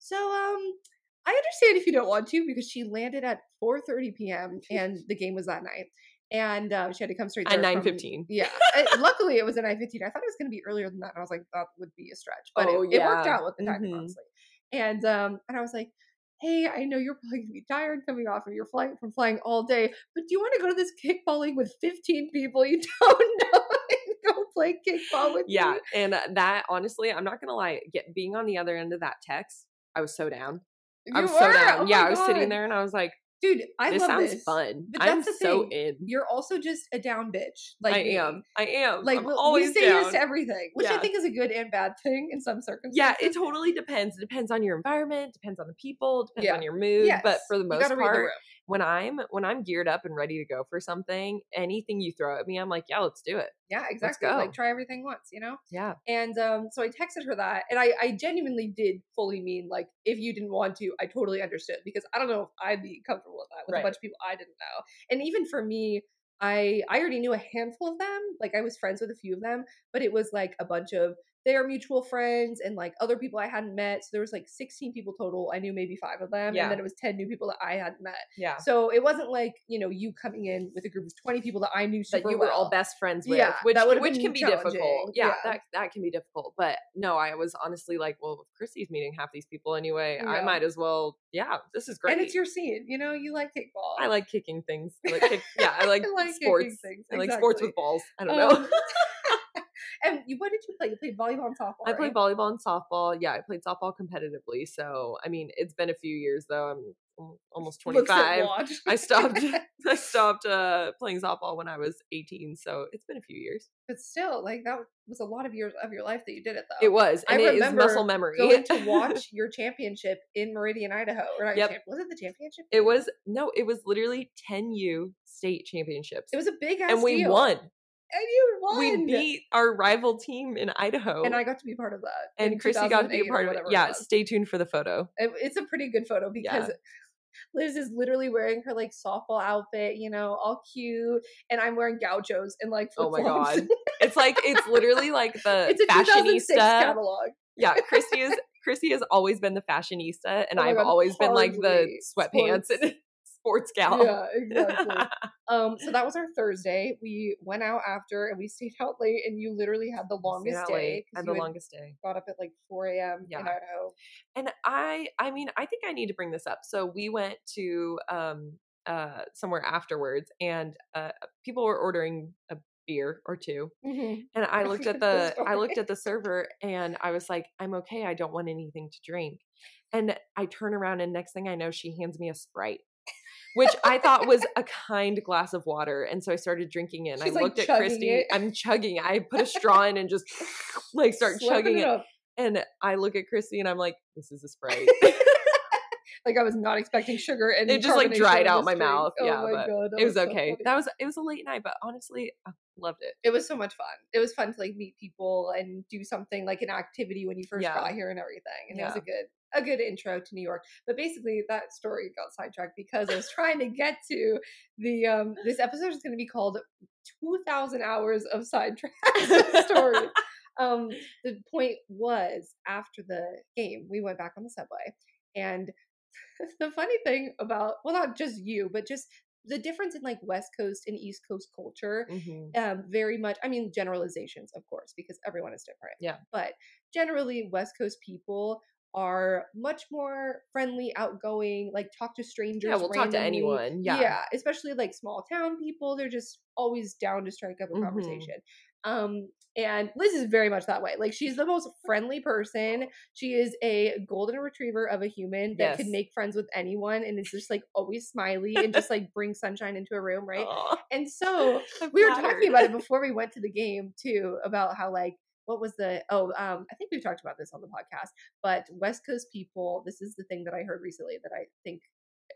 "So, um, I understand if you don't want to because she landed at 4:30 p.m. and the game was that night, and uh, she had to come straight At there from- 9:15. Yeah, I- luckily it was at 9:15. I thought it was going to be earlier than that, and I was like, that would be a stretch, but Oh, it, it worked yeah. out with the time, Mhm. honestly. And um, and I was like. Hey, I know you're probably gonna be tired coming off of your flight from flying all day, but do you want to go to this kickball league with 15 people you don't know and go play kickball with yeah, me? and uh, that honestly, I'm not gonna lie. Get being on the other end of that text, I was so down. I You was so were? down. Oh my yeah, I was sitting God. there and I was like, dude. I "This love sounds this. fun." But I'm that's the so thing. in. You're also just a down bitch. Like I me. am. I am. Like I'm well, always you say down. yes to everything, which I Yeah. think is a good and bad thing in some circumstances. yeah, it totally depends. It depends on your environment, depends on the people, depends Yeah. on your mood. But Yes, for the you most gotta read the part, room. when I'm when I'm geared up and ready to go for something, anything you throw at me, I'm like, yeah, let's do it. yeah, exactly. Like go. try everything once, you know. Yeah. And um, so I texted her that, and I, I genuinely did fully mean like if you didn't want to, I totally understood because I don't know if I'd be comfortable with that with a Right. bunch of people I didn't know, and even for me. I, I already knew a handful of them. Like I was friends with a few of them, but it was like a bunch of their mutual friends and like other people I hadn't met. So there was like 16 people total. I knew maybe five of them. Yeah. And then it was 10 new people that I hadn't met. Yeah. So it wasn't like, you know, you coming in with a group of 20 people that I knew That super you were all well. best friends with, Yeah, which that would've which been can be difficult. challenging. Yeah, Yeah. that that can be difficult. But no, I was honestly like, well, if Chrissy's meeting half these people anyway. Yeah. I might as well. Yeah, this is great. And it's your scene, you know, you like kickball. I like kicking things. I like kick, yeah, I like, like kicking sports. things, I like sports exactly. with balls. I don't know. Um, and you, what did you play? You played volleyball and softball. I played right? volleyball and softball. Yeah, I played softball competitively. So I mean, it's been a few years though. I'm al- almost Looks at 25. watch. I stopped. I stopped uh, playing softball when I was 18. So it's been a few years. but still, like that was a lot of years of your life that you did it though. It was, I and it is remember muscle memory. going to watch your championship in Meridian, Idaho. Or not Yep. champ- was it the championship? it game? was no, it was literally 10U state championships, It was a big ass and we deal. won. And you won. We beat our rival team in Idaho. And I got to be part of that. and in Chrissy got to be 2008 a or part of it. whatever Yeah, was. stay tuned for the photo. It- it's a pretty good photo Yeah. because Liz is literally wearing her like softball outfit, you know, all cute, and I'm wearing gauchos and like Oh my flip-flops. god. It's like it's literally like the it's a 2006 fashionista. catalog. Yeah, Christy is Christy has always been the fashionista and Oh my I've God, always been like the hardly sweatpants and sports gal. Yeah, exactly. um, so that was our Thursday. We went out after and we stayed out late, and you literally had the longest Longest day. 'cause and you the had longest day. Got up at like 4 a.m. Yeah. in Idaho. And I I mean, I think I need to bring this up. So we went to um uh somewhere afterwards and uh people were ordering a beer or two Mm-hmm. and I looked at Those the I are looked at the server and I was like, I'm okay, I don't want anything to drink. And I turn around and next thing I know, she hands me a Sprite. Which I thought was a kind glass of water. And so I started drinking it. And She's, I like, looked at chugging Christy. it. I'm chugging. it. I put a straw in and just like start Slapping chugging it. up. And I look at Christy and I'm like, this is a Sprite. Like I was not expecting sugar, and It just, like, carbonation dried in out this my drink. mouth. Oh Yeah, my but God, that it was so okay. funny. that was it was a late night, but honestly, I loved it. it was so much fun. It was fun to like meet people and do something like an activity when you first Yeah. got here and everything. And it was a good a good intro to New York. But basically that story got sidetracked because I was trying to get to the um this episode is gonna be called two thousand hours of sidetrack story. Um the point was after the game, we went back on the subway and the funny thing about well not just you but just the difference in like west coast and east coast culture Mhm. um very much i mean generalizations of course because everyone is different Yeah. but generally west coast people are much more friendly outgoing like talk to strangers Yeah, we'll talk to randomly. anyone. Yeah. especially like small town people they're just always down to strike up a Mhm. conversation um and liz is very much that way like she's the most friendly person she is a golden retriever of a human that can Yes. make friends with anyone and is just like always smiley and just like brings sunshine into a room right Aw, and so I'm we were flattered. talking about it before we went to the game too about how like what was the oh um i think we've talked about this on the podcast but west coast people this is the thing that i heard recently that i think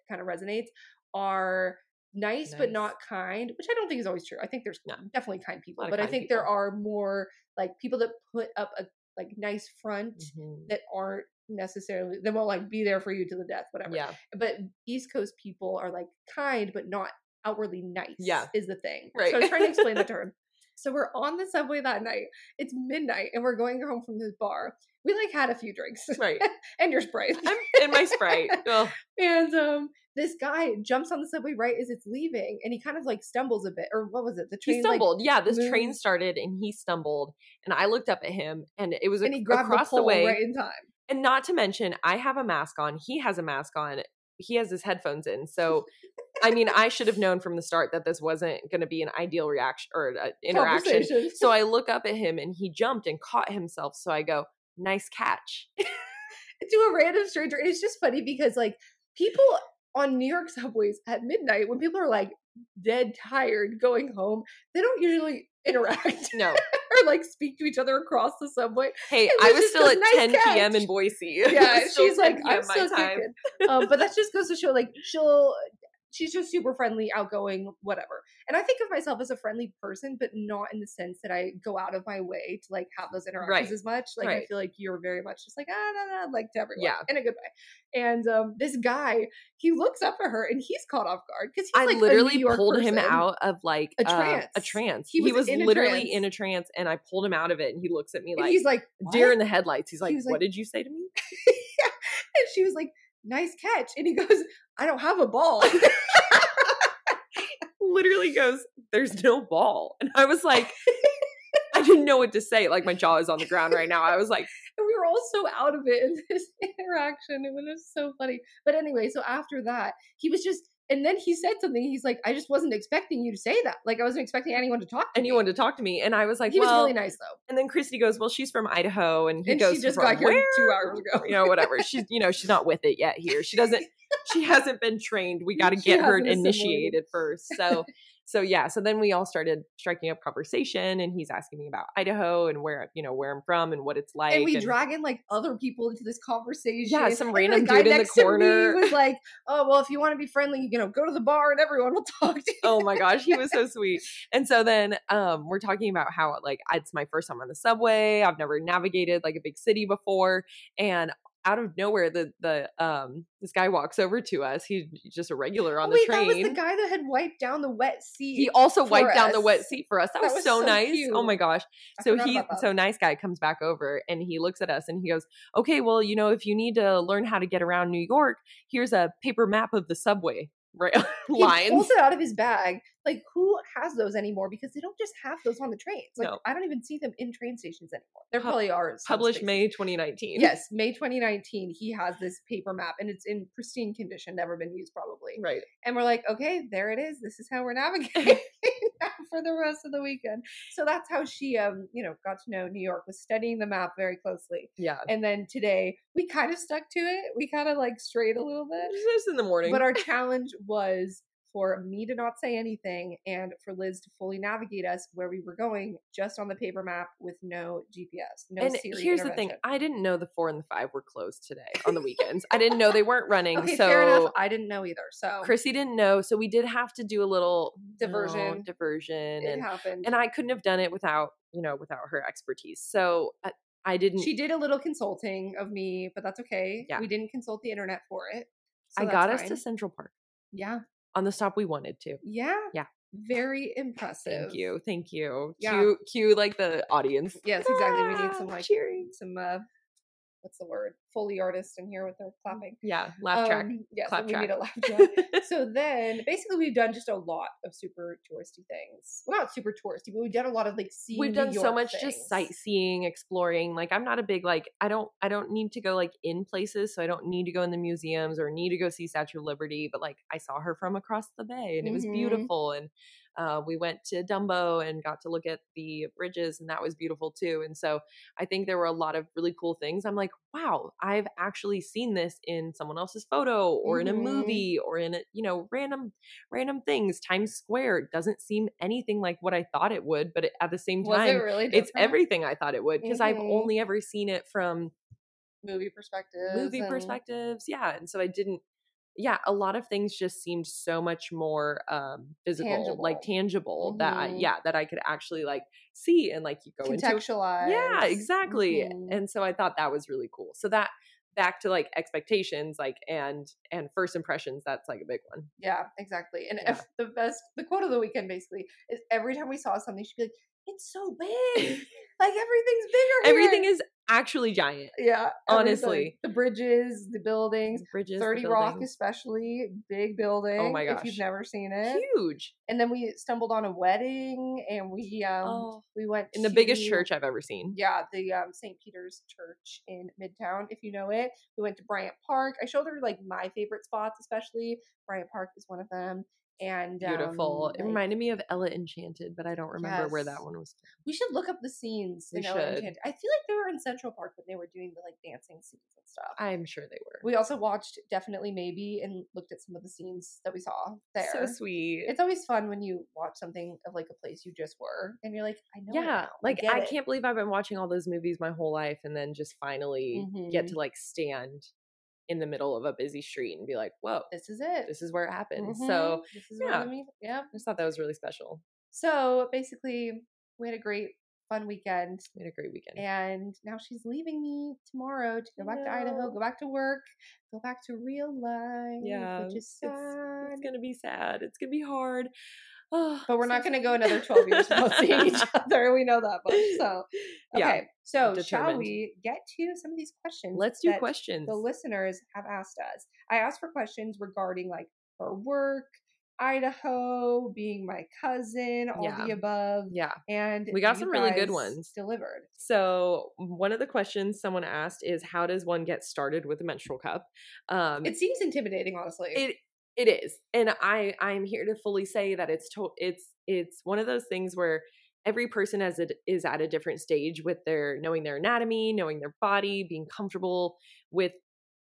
kind of resonates are nice, but Nice. not kind which i don't think is always true i think there's No. definitely kind people lot of but i kind think there people. are more like people that put up a like nice front Mhm. that aren't necessarily they won't like be there for you to the death whatever Yeah. but East Coast people are like kind but not outwardly nice. Yeah. is the thing. So I was Right. trying to explain the term. So we're on the subway that night. It's midnight, and we're going home from this bar. We like had a few drinks Right. and your sprite. I'm in my sprite. Well, and um, this guy jumps on the subway right as it's leaving, and he kind of like stumbles a bit, or what was it? The train he stumbled. yeah, this train moved. started and he stumbled, and I looked up at him, and it was Like, and ac- he grabbed across the, the, pole way. right in time. And not to mention, I have a mask on. He has a mask on. He has his headphones in. So, I mean, I should have known from the start that this wasn't going to be an ideal reaction or an interaction. Conversation. So I look up at him, and he jumped and caught himself. So I go, "Nice catch." to a random stranger. And It's just funny because like people on New York subways at midnight when people are like dead tired going home, they don't usually interact No, or like speak to each other across the subway. hey, It I was was just still a at nice 10 p.m. catch. in Boise. It Yeah, was still she's like, 10 p.m. I'm so my time. kicking. Um, but that just goes to show like she'll she's just super friendly, outgoing, whatever. And I think of myself as a friendly person, but not in the sense that I go out of my way to like have those interactions Right. as much. Like I Right. feel like you're very much just like ah da, da, like to everyone, Yeah. in a good way. And um, this guy, he looks up at her and he's caught off guard because he's I like a literally New York pulled him person. out of like A um, a trance. trance. He He was, was in a literally trance. in a trance, and I pulled him out of it. And he looks at me And like he's like what? deer in the headlights. He's like, was "What like- did you say to me?" and she was like nice catch, and he goes I don't have a ball. Literally goes, "There's no ball," and I was like, I didn't know what to say. Like my jaw is on the ground right now. I was like, and we were all so out of it in this interaction. It was just so funny. But anyway, so after that, he was just, and then he said something. He's like, I just wasn't expecting you to say that. Like, I wasn't expecting anyone to talk to me." anyone to talk to me, and I was like, he was "Well." really nice though, and then Christy goes, "Well, she's from Idaho," and he and goes, she just "From got here where?" two hours ago. You know, whatever. She's you know she's not with it yet. Here, she doesn't. She hasn't been trained. We got to She get her hasn't assimilated. initiated first. So, so yeah. So then we all started striking up conversation, and he's asking me about Idaho and where you know where I'm from and what it's like. and we drag in like other people into this conversation. Yeah, some And random guy dude in the next to me corner. was like, "Oh well, if you want to be friendly, you know, go to the bar and everyone will talk to you." oh my gosh, he was so sweet. And so then um we're talking about how like it's my first time on the subway. I've never navigated like a big city before and out of nowhere the the um this guy walks over to us. He's just a regular on Oh Wait, the that train. was the guy that had wiped down the wet seat. he also for wiped down the us. wet seat for us. That, was, so, nice. Oh my cute. gosh. I So forgot he about that. so nice guy comes back over and he looks at us and he goes, "Okay, well, you know, if you need to learn how to get around New York, here's a paper map of the subway." Right, He lines. pulls it out of his bag. Like, who has those anymore? Because they don't just have those on the trains. Like, No. I don't even see them in train stations anymore. There Pu- probably are. in some Published spaces. May 2019. Yes, May 2019. He has this paper map, and it's in pristine condition, never been used probably. Right. And we're like, okay, there it is. This is how we're navigating for the rest of the weekend. So that's how she, um, you know, got to know New York was studying the map very closely. Yeah. And then today, we kind of stuck to it. We kind of like strayed a little bit. It's just in the morning. But our challenge was for me to not say anything and for Liz to fully navigate us where we were going just on the paper map with no GPS, no and Siri here's the thing: intervention. I didn't know the four and the five were closed today on the weekends. I didn't know they weren't running. Okay, so fair enough. Oh. I didn't know either. So Chrissy didn't know. So we did have to do a little you know, Diversion. diversion, it and happened. and I couldn't have done it without you know without her expertise. So I, I didn't. she did a little consulting of me, but that's okay. Yeah. We didn't consult the internet for it. so I that's got us fine. to Central Park Yeah. on the stop we wanted to. Yeah. Yeah. Very impressive. Thank you, thank you. Yeah. Cue, cue like the audience. Yes, exactly. We need some Ah, like cheering. some uh what's the word? Foley artists in here with their Mm. clapping. Yeah, laugh track. Um, yes, clap we need track. a laugh track. so then, basically, we've done just a lot of super touristy things. Well, not super touristy, but we've done a lot of like seeing. We've New done so York much things. just sightseeing, exploring. Like I'm not a big like I don't I don't need to go like in places, so I don't need to go in the museums or need to go see Statue of Liberty. But like I saw her from across the bay, and it was Mhm. beautiful. And uh, we went to Dumbo and got to look at the bridges, and that was beautiful too. And so I think there were a lot of really cool things. I'm like, wow, I've actually seen this in someone else's photo or in a Mhm. movie or in a, you know random random things. Times Square doesn't seem anything like what I thought it would, but it, at the same Was it time, really? it's different? everything I thought it would because I've Mhm. only ever seen it from movie perspective. movie and- perspectives. Yeah, and so I didn't. Yeah, a lot of things just seemed so much more um physical, like tangible that I, Mhm. yeah, that I could actually like see and like you go into contextualize. yeah exactly Mhm. and so i thought that was really cool so that back to like expectations like and and first impressions that's like a big one yeah, exactly. And Yeah. if the best, the quote of the weekend basically is every time we saw something, she'd be like, "It's so big, like everything's bigger. everything here." is actually giant yeah. everything. honestly. the bridges, the buildings, bridges the Thirty Rock buildings, especially, big building. my If you've gosh. never seen it, huge and then we stumbled on a wedding, and we um Oh. we went in the biggest to- church i've ever seen Yeah, the um, St. Peter's Church in Midtown, if you know it. We went to Bryant Park. I showed her like my favorite spots, especially Bryant Park is one of them. And beautiful um, it like, reminded me of ella enchanted but i don't remember where Yes. that one was we should look up the scenes We in LA should. Enchanted. I feel like they were in Central Park when they were doing the like dancing scenes and stuff. i'm sure they were we also watched Definitely Maybe and looked at some of the scenes that we saw there. so sweet It's always fun when you watch something of like a place you just were, and you're like, I know. it now. yeah like get i it." can't believe i've been watching all those movies my whole life and then just finally get Mhm. to like stand in the middle of a busy street and be like whoa This is it. this is where it happened. Mhm. So this is yeah. yeah. what I mean. Yeah. I just thought that was really special. So basically, we had a great, fun weekend. We had a great weekend. And now she's leaving me tomorrow to go I back to Idaho, know. go back to work, go back to real life, Yeah, which is sad. it's- it's gonna be sad. It's gonna be hard. Oh, but we're I'm not so going to go another 12 years without seeing each other. We know that much. So, okay. Yeah, so, shall determined. we get to some of these questions? Let's do that questions. The listeners have asked us. I asked for questions regarding like her work, Idaho, being my cousin, all the Yeah. above. yeah. and We got you some really good guys ones. delivered. So one of the questions someone asked is, "How does one get started with a menstrual cup?" Um, It seems intimidating, honestly. it it is and i i'm here to fully say that it's to, it's it's one of those things where every person as it is at a different stage with their knowing their anatomy knowing their body being comfortable with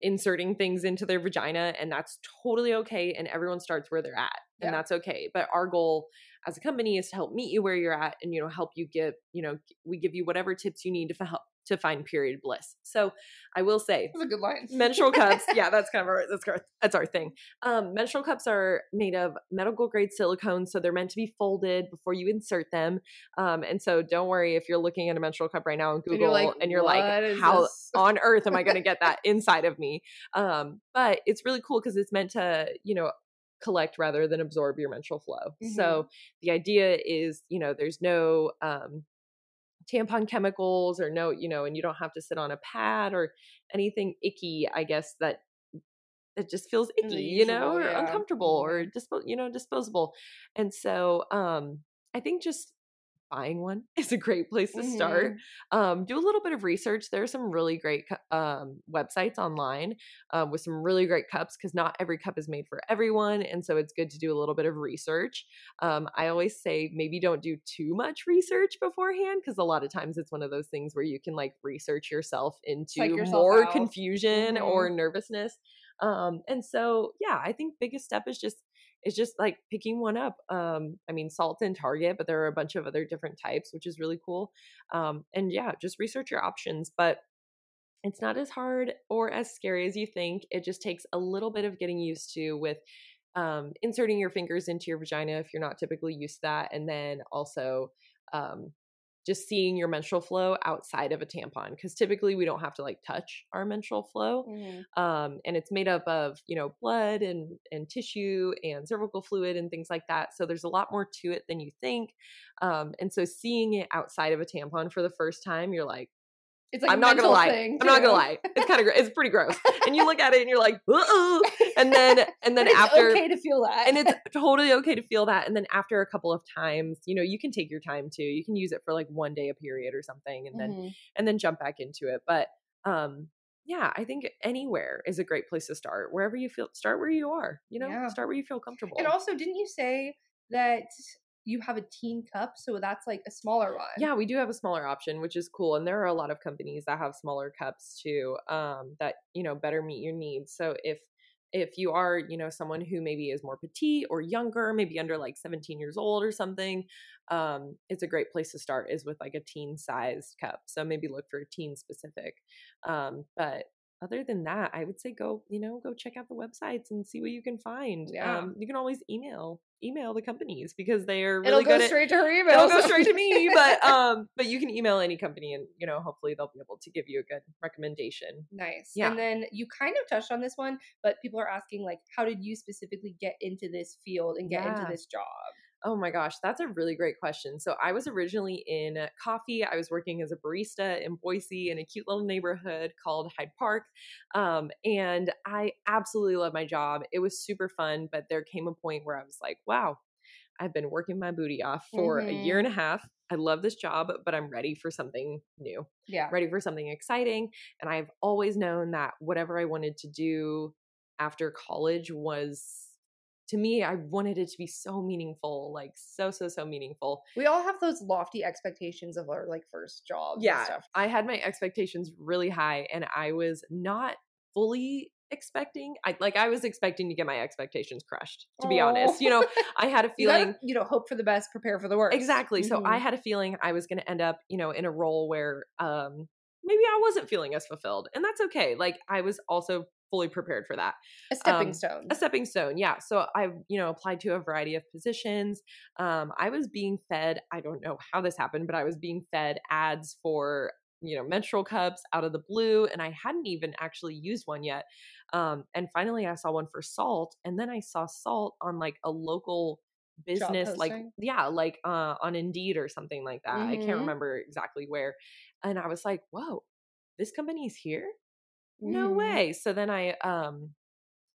inserting things into their vagina and that's totally okay and everyone starts where they're at Yeah. and that's okay but our goal as a company is to help meet you where you're at and you know help you get you know we give you whatever tips you need to f- help to find period bliss so i will say was a good line. menstrual cups yeah that's kind of our that's our, that's our thing um menstrual cups are made of medical grade silicone so they're meant to be folded before you insert them um and so don't worry if you're looking at a menstrual cup right now on google And you're like, "What is how this?" on earth am i going to get that inside of me um but it's really cool because it's meant to you know collect rather than absorb your menstrual flow so the idea is you know there's no um tampon chemicals or no you know and you don't have to sit on a pad or anything icky i guess that that just feels The icky you know usual, or yeah. uncomfortable or dispo- you know disposable and so um i think just buying one is a great place to start um, do a little bit of research there are some really great cu- um, websites online uh, with some really great cups because not every cup is made for everyone and so it's good to do a little bit of research um, i always say maybe don't do too much research beforehand because a lot of times it's one of those things where you can like research yourself into yourself more out. confusion or nervousness um, and so yeah i think biggest step is just is just like picking one up um, i mean salt's in target but there are a bunch of other different types which is really cool um, and yeah just research your options but it's not as hard or as scary as you think. It just takes a little bit of getting used to with um, inserting your fingers into your vagina if you're not typically used to that. And then also um, just seeing your menstrual flow outside of a tampon because typically we don't have to like touch our menstrual flow Mhm. um, and it's made up of you know blood and and tissue and cervical fluid and things like that. So there's a lot more to it than you think. Um, and so seeing it outside of a tampon for the first time, you're like, It's like I'm a not gonna mental lie. thing, I'm not gonna too. lie. It's kind of gr- it's pretty gross. And you look at it and you're like, "Uh-uh." and then and then But it's after okay to feel that. and it's totally okay to feel that. And then after a couple of times, you know, you can take your time too. You can use it for like one day a period or something, and then Mhm. and then jump back into it. But um, yeah, I think anywhere is a great place to start. Wherever you feel, start where you are. You know, Yeah. start where you feel comfortable. And also, didn't you say that you have a teen cup? So that's like a smaller one. yeah, we do have a smaller option, which is cool. And there are a lot of companies that have smaller cups too, um, that you know better meet your needs. So if if you are you know someone who maybe is more petite or younger, maybe under like 17 years old or something, um, it's a great place to start is with like a teen sized cup. So maybe look for a teen specific. Um, but other than that, I would say go you know go check out the websites and see what you can find. Yeah. Um, you can always email email the companies because they are really It'll good go at, straight to her email. It'll go straight to me, but um, but you can email any company, and you know, hopefully they'll be able to give you a good recommendation. Nice. Yeah. And then you kind of touched on this one, but people are asking, like, how did you specifically get into this field and get into Yeah. this job? Oh my gosh, that's a really great question. So I was originally in coffee. I was working as a barista in Boise in a cute little neighborhood called Hyde Park. Um, and I absolutely love my job. It was super fun, but there came a point where I was like, wow, I've been working my booty off for a year and a half. I love this job, but I'm ready for something new. Yeah. ready for something exciting. And I've always known that whatever I wanted to do after college was to me, I wanted it to be so meaningful, like so, so, so meaningful. We all have those lofty expectations of our like first jobs and Yeah. stuff. I had my expectations really high and I was not fully expecting I like I was expecting to get my expectations crushed, to be Aw. honest. Oh. You know, I had a Mm-hmm. You gotta, feeling you know, hope for the best, prepare for the worst. Exactly. So I Mhm. had a feeling I was going to end up, you know, in a role where um maybe I wasn't feeling as fulfilled, and that's okay. Like I was also fully prepared for that. a stepping um, stone. A stepping stone. Yeah. So I, you know, applied to a variety of positions. Um I was being fed, I don't know how this happened, but I was being fed ads for you know menstrual cups out of the blue and i hadn't even actually used one yet um and finally i saw one for salt and then i saw salt on like a local business like posting? yeah like uh on indeed or something like that i can't Mhm. remember exactly where and i was like whoa this company's here no Mhm. way so then i um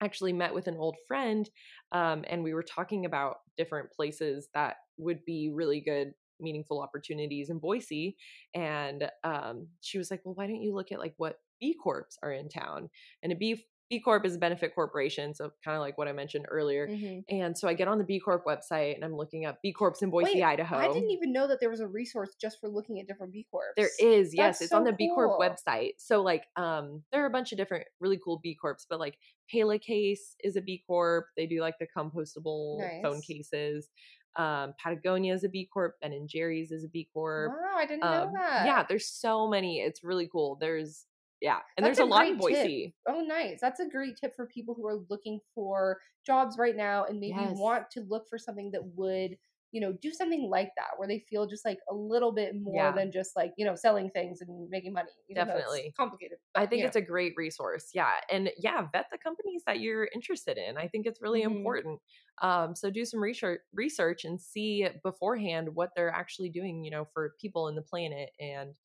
actually met with an old friend um and we were talking about different places that would be really good meaningful opportunities in boise and um she was like well why don't you look at like what b corps are in town and a b b corp is a benefit corporation so kind of like what i mentioned earlier Mhm. and so I get on the B Corp website and I'm looking up B Corps in Boise, Wait, Idaho. Mm-hmm. I didn't even know that there was a resource just for looking at different B Corps. there is, yes, That's it's on so the B Corp cool. website. So like um there are a bunch of different really cool B Corps, but like Pala Case is a B Corp. They do like the compostable phone Nice. cases. Um Patagonia is a B Corp, Ben and Jerry's is a B Corp. Wow, Oh, I didn't know Um, that. yeah, there's so many. It's really cool. There's yeah, and That's there's a a, lot in great tip. Boise. Oh, nice. That's a great tip for people who are looking for jobs right now and maybe Yes. want to look for something that would, you know, do something like that where they feel just like a little bit more Yeah. than just like, you know, selling things and making money. even though it's Definitely. complicated. I think yeah. it's a great resource. Yeah. And yeah, vet the companies that you're interested in. I think it's really Mhm. important. Um, so do some research research and see beforehand what they're actually doing, you know, for people in the planet and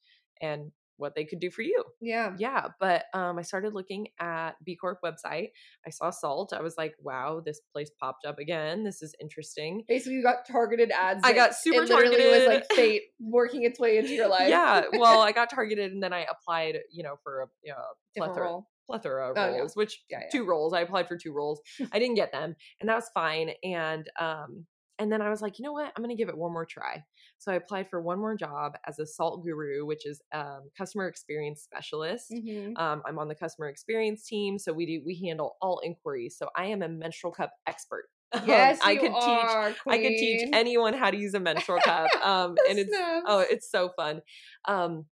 and what they could do for you. Yeah. Yeah, but um, I started looking at B Corp website. I saw Salt. I was like, wow, this place popped up again. This is interesting. Basically, you got targeted ads. I that got super it literally was targeted. like fate working its way into your life. Yeah, well, I got targeted and then I applied, you know, for a you know, a Different plethora, role. plethora of Oh, yeah. roles, which Yeah, yeah. two roles. I applied for two roles. Hmm. I didn't get them, and that was fine. And um, and then I was like, you know what? I'm gonna give it one more try. So I applied for one more job as a salt guru, which is um, customer experience specialist. Mhm. Um, I'm on the customer experience team, so we do we handle all inquiries. So I am a menstrual cup expert. Um, Yes, I you could teach. are, I could teach queen. anyone how to use a menstrual cup, um, and it's oh, Snubs. it's so fun. Um,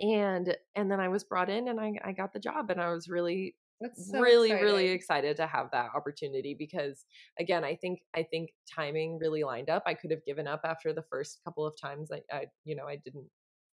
and and then I was brought in, and I I got the job, and I was really That's so really really exciting. excited to have that opportunity because again i think i think timing really lined up i could have given up after the first couple of times i, I you know i didn't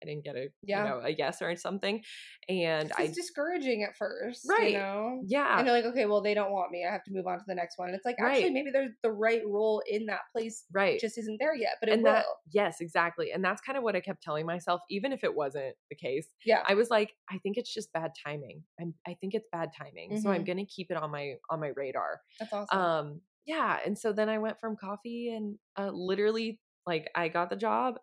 I didn't get a Yeah. you know a yes or something, and It's I discouraging at first, Right. You know? yeah And you're like, okay, well, they don't want me. I have to move on to the next one. And it's like, actually, Right. maybe there's the right role in that place right just isn't there yet, but it and will. that yes exactly and that's kind of what i kept telling myself even if it wasn't the case yeah. i was like i think it's just bad timing i'm i think it's bad timing so i'm Mhm. gonna keep it on my on my radar That's awesome. um yeah and so then i went from coffee and uh literally like i got the job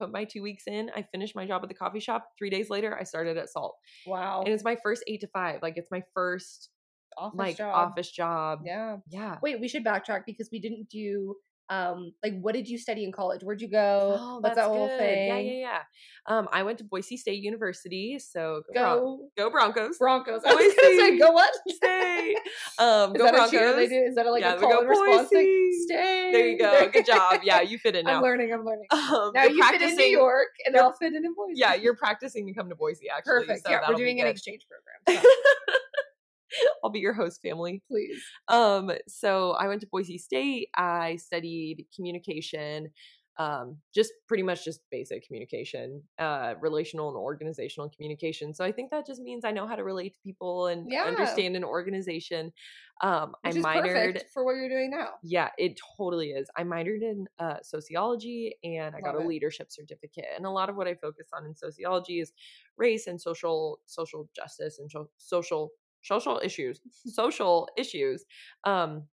put my two weeks in i finished my job at the coffee shop three days later i started at salt wow. and it's my first eight to five like it's my first Oh. office like job. office job yeah, Yeah. Wait, we should backtrack because we didn't do um like what did you study in college? Where'd you go? What's that whole thing? Oh, Yeah, yeah, yeah. Um, I went to Boise State University, so Bron- Go go Broncos. Broncos. I was gonna say Boise. go what? Stay. Um, Is go that Broncos. a cheer they do? Is that a, like yeah, a we call go and response thing? Boise. Stay. there you go. Good job. Yeah, you fit in I'm now. learning. I'm learning. Um, Now you're you fit in New practicing- York, and you're- I'll fit in in Boise. Yeah, you're practicing to come to Boise. Actually, perfect. So yeah, that'll we're be doing an good. exchange program. So, I'll be your host family. please. Um, so I went to Boise State. I studied communication, um, just pretty much just basic communication, uh, relational and organizational communication. So I think that just means I know how to relate to people and Yeah. understand an organization. Um, Which I is minored. perfect for what you're doing now. Yeah, it totally is. I minored in uh, sociology and I got Love a it. leadership certificate. And a lot of what I focus on in sociology is race and social social justice and so- social social issues, social issues. Um,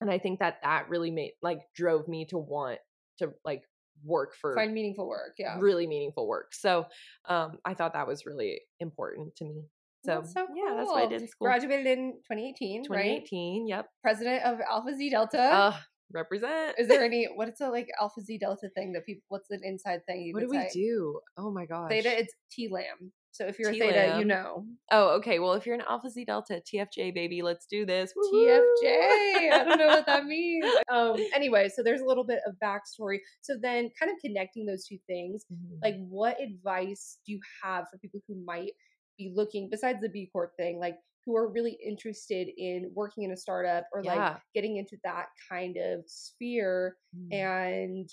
and I think that that really made like drove me to want to like work for Find meaningful work. Yeah. really meaningful work. So um, I thought that was really important to me. So, That's so yeah, that's what I cool. did in school. Graduated in 2018, right? 2018. Yep. President of Alpha Z Delta. Uh, represent. Is there any what's a like Alpha Z Delta thing that people? What's an inside thing? You What do could we say? do? Oh my gosh. Theta, it's T Lam. So if you're a T Theta, you Lam. know oh, okay. Well, if you're an Alpha Z Delta, TFJ baby, let's do this. TFJ. I don't know what Woo-hoo. that means. Um. Anyway, so there's a little bit of backstory. So then, kind of connecting those two things, Mhm. like what advice do you have for people who might be looking besides the B Corp thing, like who are really interested in working in a startup or like Yeah. getting into that kind of sphere Mm. and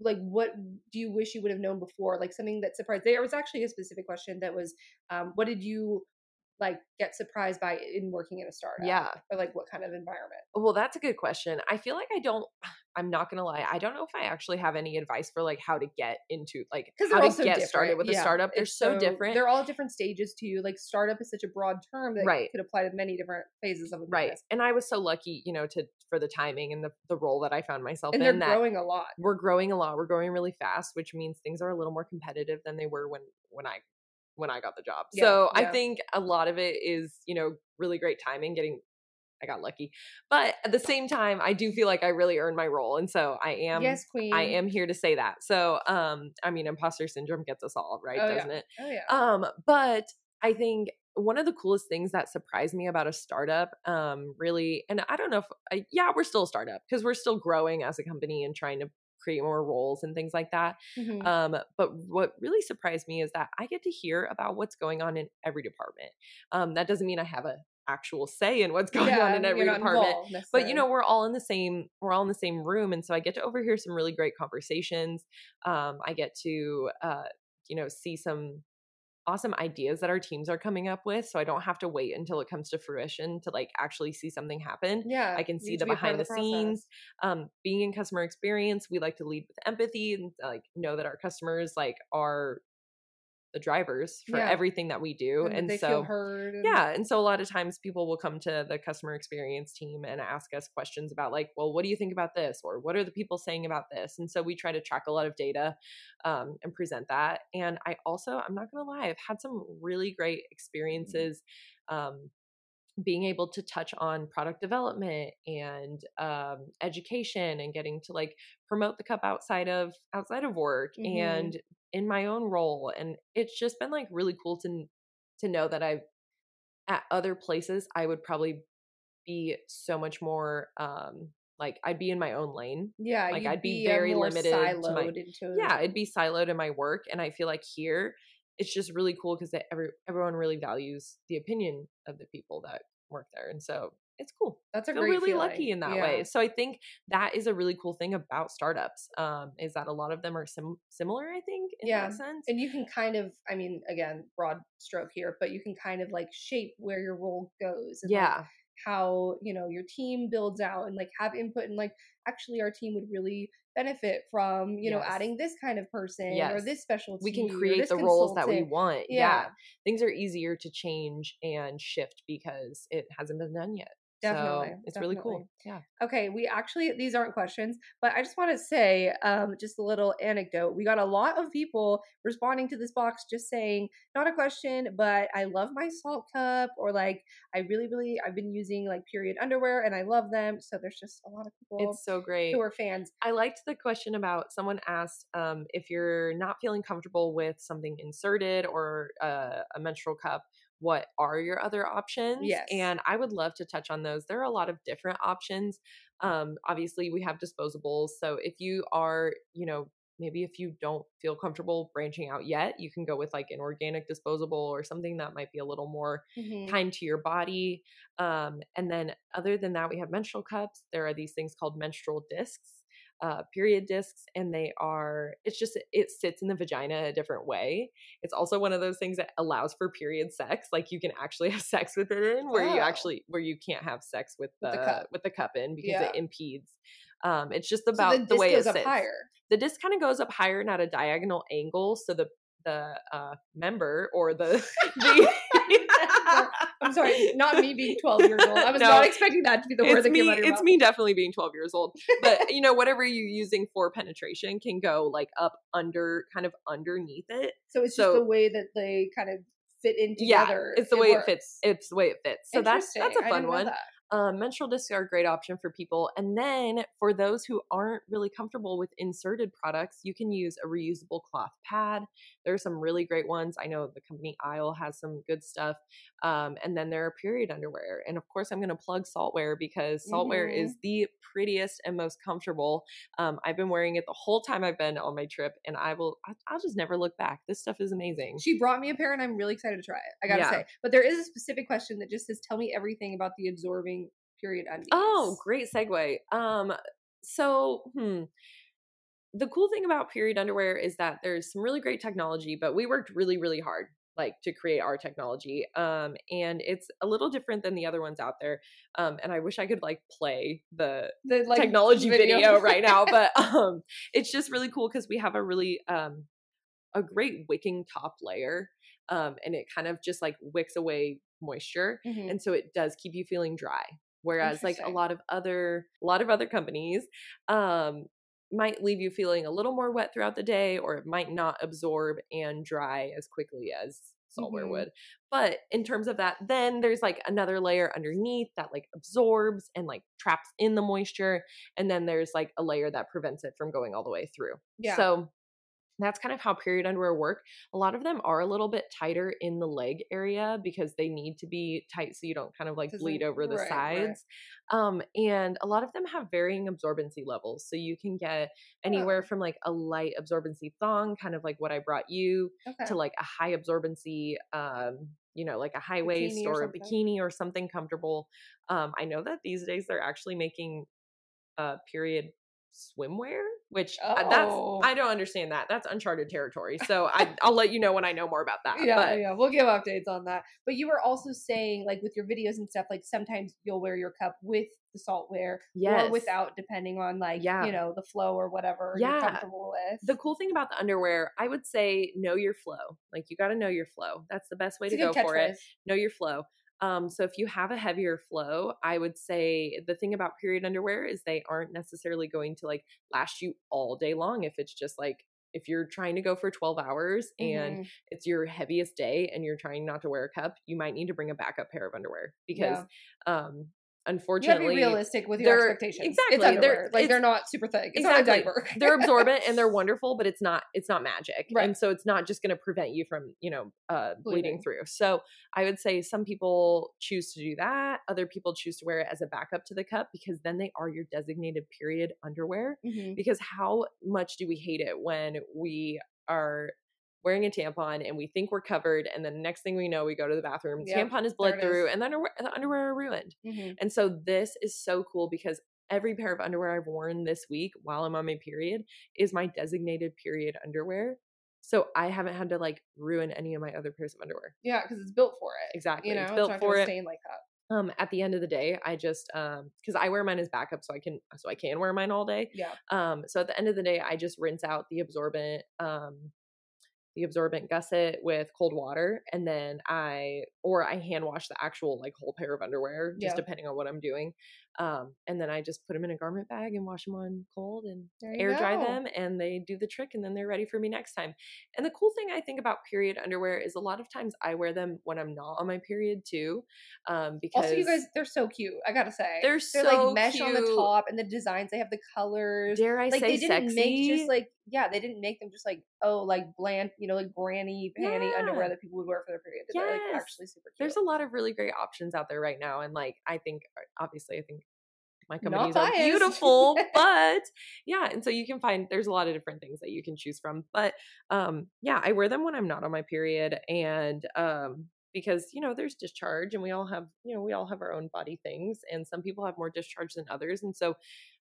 like what do you wish you would have known before like something that surprised there was actually a specific question that was um, what did you like get surprised by in working in a startup yeah. or like what kind of environment Well, that's a good question. I feel like I don't. I'm not gonna lie. I don't know if I actually have any advice for like how to get into like because how they're to all so get different. started with Yeah, a startup. They're it's so, different. they're all different stages to you like startup is such a broad term that Right. could apply to many different phases of a business right. And I was so lucky, you know, to for the timing and the the role that I found myself and in. they're that growing a lot we're growing a lot. We're growing really fast, which means things are a little more competitive than they were when when I when I got the job. Yeah, so I yeah. think a lot of it is, you know, really great timing getting I got lucky. But at the same time, I do feel like I really earned my role and so I am yes queen I am here to say that. So um I mean imposter syndrome gets us all, right? Oh, yeah. doesn't it? oh yeah Um, but I think one of the coolest things that surprised me about a startup, um, really, and I don't know if, I, yeah, we're still a startup because we're still growing as a company and trying to create more roles and things like that. Mhm. Um, but what really surprised me is that I get to hear about what's going on in every department. Um, that doesn't mean I have a actual say in what's going on Yeah, in you're every not department involved but you necessarily. know we're all in the same we're all in the same room and so i get to overhear some really great conversations um, i get to uh, you know see some awesome ideas that our teams are coming up with so i don't have to wait until it comes to fruition to like actually see something happen yeah I can you see get to the be a part behind of the, process. scenes. Um, being in customer experience, we like to lead with empathy and like know that our customers like are the drivers for Yeah. everything that we do, that and they so feel heard and- yeah, and so a lot of times people will come to the customer experience team and ask us questions about like, well, what do you think about this, or what are the people saying about this? And so we try to track a lot of data um, and present that. And I also, I'm not gonna lie, I've had some really great experiences. Um, being able to touch on product development and um, education and getting to like promote the cup outside of outside of work Mhm. and in my own role and it's just been like really cool to n- to know that i've at other places i would probably be so much more um like i'd be in my own lane Yeah, Like, you'd I'd be a very more limited to my- siloed into yeah i'd be siloed in my work and i feel like here it's just really cool because every, everyone really values the opinion of the people that work there and so it's cool That's a feel great really feeling. lucky in that Yeah. way. So I think that is a really cool thing about startups um, is that a lot of them are sim- similar. I think in Yeah. that sense. And you can kind of, I mean, again, broad stroke here, but you can kind of like shape where your role goes. and, like, yeah, how you know your team builds out and like have input and like actually our team would really benefit from you know Yes. adding this kind of person or Yes. this specialty we can or create this the roles that we consultant. want. yeah, yeah, things are easier to change and shift because it hasn't been done yet. definitely so it's really cool. definitely. Yeah. okay we actually these aren't questions but i just want to say um just a little anecdote we got a lot of people responding to this box just saying not a question but i love my salt cup or like i really really i've been using like period underwear and i love them so there's just a lot of people It's so great. who are fans I liked the question about someone asked um, if you're not feeling comfortable with something inserted or uh, a menstrual cup, what are your other options? Yes. And I would love to touch on those. There are a lot of different options. Um, obviously, we have disposables. So if you are, you know, maybe if you don't feel comfortable branching out yet, you can go with like an organic disposable or something that might be a little more Mhm. kind to your body. Um, and then, other than that, we have menstrual cups. There are these things called menstrual discs, uh, period discs, and they are, it's just, it sits in the vagina a different way. It's also one of those things that allows for period sex. Like you can actually have sex with it in, where you Oh. actually, where you can't have sex with the, With the with the cup. cup, in because Yeah. it impedes. Um, it's just So about the, disc way goes it up sits higher. the disc kind of goes up higher and at a diagonal angle so the the uh, member or the, the I'm sorry, not me being 12 years old. I was No, not expecting that to be the word it's that me came out of your it's mouth. me definitely being 12 years old but you know whatever you're using for penetration can go like up under kind of underneath it So it's so- just the way that they kind of fit in Yeah, together. it's the way it works. fits it's the way it fits so that's that's Interesting. a I fun didn't know one that. um, menstrual discs are a great option for people. And then for those who aren't really comfortable with inserted products, you can use a reusable cloth pad. There are some really great ones. I know the company Isle has some good stuff. Um, and then there are period underwear. And of course, I'm going to plug Saltwear because Saltwear Mhm. is the prettiest and most comfortable. Um, I've been wearing it the whole time I've been on my trip, and I will, I- I'll just never look back. This stuff is amazing. She brought me a pair and I'm really excited to try it. I gotta Yeah. say. But there is a specific question that just says, Tell me everything about the absorbing period undies. Oh, great segue. Um, so hmm. The cool thing about period underwear is that there's some really great technology, but we worked really, really hard like to create our technology. Um, and it's a little different than the other ones out there. Um, and I wish I could like play the the like technology video. right now but um it's just really cool because we have a really um a great wicking top layer um and it kind of just like wicks away moisture Mhm. and so it does keep you feeling dry whereas like a Interesting. lot of other a lot of other companies um might leave you feeling a little more wet throughout the day or it might not absorb and dry as quickly as saltware Mhm. would but in terms of that then there's like another layer underneath that like absorbs and like traps in the moisture and then there's like a layer that prevents it from going all the way through Yeah. so that's kind of how period underwear work. A lot of them are a little bit tighter in the leg area because they need to be tight so you don't kind of like Doesn't- bleed over the right, right. sides. Um, and a lot of them have varying absorbency levels. So you can get anywhere from like a light absorbency thong, kind of like what I brought you, okay. to like a high absorbency um you know like a high waist Bikini or or, a something. bikini or something comfortable um i know that these days they're actually making uh period swimwear which uh, that's Oh. i don't understand that that's uncharted territory so I, i'll let you know when i know more about that yeah, but yeah, we'll give updates on that. But you were also saying, like with your videos and stuff, like sometimes you'll wear your cup with the saltware yes or without, depending on like Yeah. you know the flow or whatever you're Yeah. comfortable with. the cool thing about the underwear i would say know your flow like you got to know your flow that's the best way It's a to go good for it catchphrase. know your flow. Um, so if you have a heavier flow, I would say the thing about period underwear is they aren't necessarily going to like last you all day long if it's just like if you're trying to go for 12 hours and Mhm. it's your heaviest day and you're trying not to wear a cup, you might need to bring a backup pair of underwear because um you gotta be unfortunately realistic with your they're- expectations. exactly, it's they're- underwear. like they're it's- not super thick. It's not a exactly. diaper. they're absorbent and they're wonderful, but it's not it's not magic, Right. and so it's not just going to prevent you from you know uh, Bleeding. bleeding through. So I would say some people choose to do that. Other people choose to wear it as a backup to the cup because then they are your designated period underwear. Mhm. Because how much do we hate it when we are wearing a tampon and we think we're covered and then the next thing we know we go to the bathroom Yep, tampon is there bled it is. through and the underwear, the underwear are ruined Mhm. and so this is so cool because every pair of underwear i've worn this week while i'm on my period is my designated period underwear so i haven't had to like ruin any of my other pairs of underwear Yeah, because it's built for it. exactly You know, it's built not gonna for it stain like that. um at the end of the day i just um because i wear mine as backup so i can so i can wear mine all day Yeah. um so at the end of the day i just rinse out the absorbent um the absorbent gusset with cold water and then i or i hand wash the actual like whole pair of underwear just Yeah. depending on what i'm doing um and then i just put them in a garment bag and wash them on cold and There you air dry go. them and they do the trick and then they're ready for me next time. And the cool thing I think about period underwear is a lot of times I wear them when I'm not on my period too. Um because Also, you guys, they're so cute. I gotta say, They're so like mesh on the cute. top, and the designs they have the colors. dare I like say they didn't sexy make just like yeah, they didn't make them just like oh like bland you know like granny panty underwear Yeah. that people would wear for their period. They're like Yes. actually super cute. there's a lot of really great options out there right now and like I think uh, obviously I think my Not companies are biased. beautiful but yeah and so you can find there's a lot of different things that you can choose from but um yeah I wear them when I'm not on my period and um because you know there's discharge and we all have you know we all have our own body things and some people have more discharge than others and so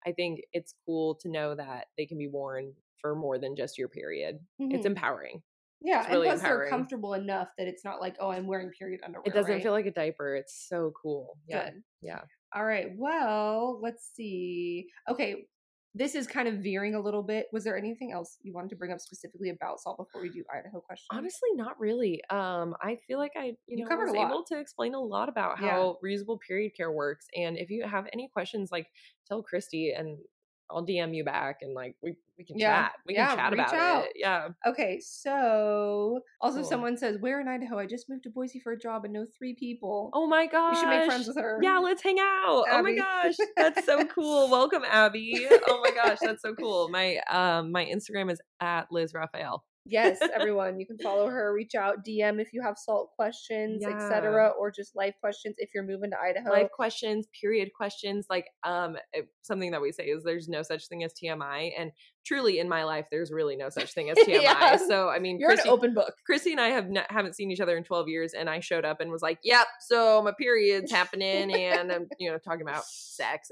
i think it's cool to know that they can be worn for more than just your period it's Mhm. empowering yeah, it's really and plus they're empowering. comfortable enough that it's not like oh I'm wearing period underwear. it doesn't right? feel like a diaper it's so cool yeah Good. yeah. All right. Well, let's see. Okay. This is kind of veering a little bit. Was there anything else you wanted to bring up specifically about salt before we do Idaho question? honestly not really um i feel like i you, You know covered was a lot. able to explain a lot about Yeah. how reusable period care works and if you have any questions like tell christy and i'll dm you back and like we, we can Yeah. chat we Yeah, can chat reach about out. it yeah Okay, so also Cool. someone says, "Where in Idaho? I just moved to Boise for a job and know three people. Oh my gosh. we should make friends with her. Yeah, let's hang out. Abby. Oh my gosh. That's so cool. Welcome, Abby. Oh my gosh, that's so cool. My um my Instagram is at Liz Raphael. yes, everyone, you can follow her. Reach out, DM if you have salt questions, etc., or just life questions if you're moving to Idaho. Life questions, period questions, like um it- something that we say is there's no such thing as TMI. And truly in my life, there's really no such thing as TMI. Yeah. So I mean you're Chrissy, an open book. Chrissy and I have not, haven't seen each other in 12 years, and I showed up and was like, "Yep, so my period's happening, and I'm, you know, talking about sex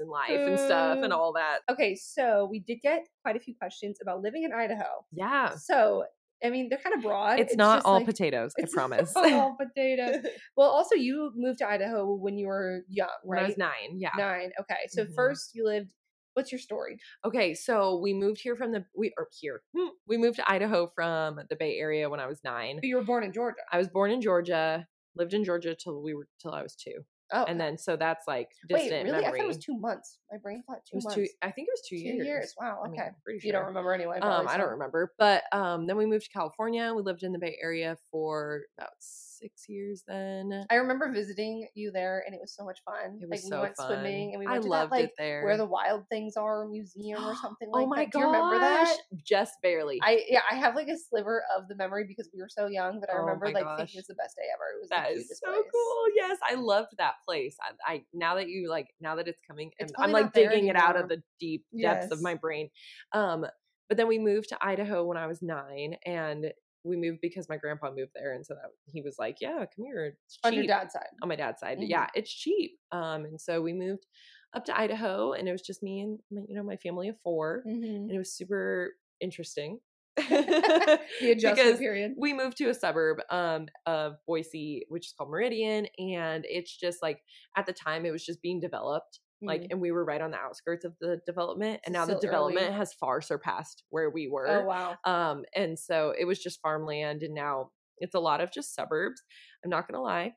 and life and stuff and Ooh. all that." Okay, so we did get quite a few questions about living in Idaho. Yeah, So, I mean, they're kind of broad. it's, not Uh, just all like- potatoes. I it's promise. not all potatoes. well, also, you moved to Idaho when you were young, When I right? was nine, yeah. Nine. Okay, so Mhm. first you lived. What's your story? Okay, so we moved here from the we are here. Hmm. We moved to Idaho from the Bay Area when I was nine. But you were born in Georgia. I was born in Georgia, lived in Georgia till we were till I was two, Oh, and then so that's like wait, distant really? I memory. thought it was two months. My brain thought two It was months. two. I think it was two, Two years. Wow. I Okay. mean, I'm pretty You don't sure. remember anyway. Um, probably, I so- don't remember, but um, then we moved to California. We lived in the Bay Area for about six years. Then I remember visiting you there, and it was so much fun. it was like we so went fun. swimming, and we I went to loved that, like, it there. where the wild things are museum or something like oh my that. gosh! Do you remember that? Just barely. I yeah, I have like a sliver of the memory because we were so young, but I Oh remember my like gosh. thinking it was the best day ever. It was That the is cutest so place. cool. Yes, I loved that place. I, I now that you like now that it's coming, It's and I'm probably like not there digging it out of anymore. the deep depths of my Yes. brain. Um, but then we moved to Idaho when I was nine, and we moved because my grandpa moved there, and so that, he was like, "Yeah, come here, it's On your mm-hmm. cheap." dad's side. on my dad's side. but Yeah, it's cheap. Um, and so we moved up to Idaho, and it was just me and my, you know my family of 4 Mm-hmm. and it was super interesting. The adjustment Because period. we moved to a suburb um of Boise, which is called Meridian, and it's just like at the time it was just being developed. Like, Mhm. and we were right on the outskirts of the development, and So now the still development early. has far surpassed where we were. oh wow. Um, and so it was just farmland, and now it's a lot of just suburbs. I'm not gonna lie.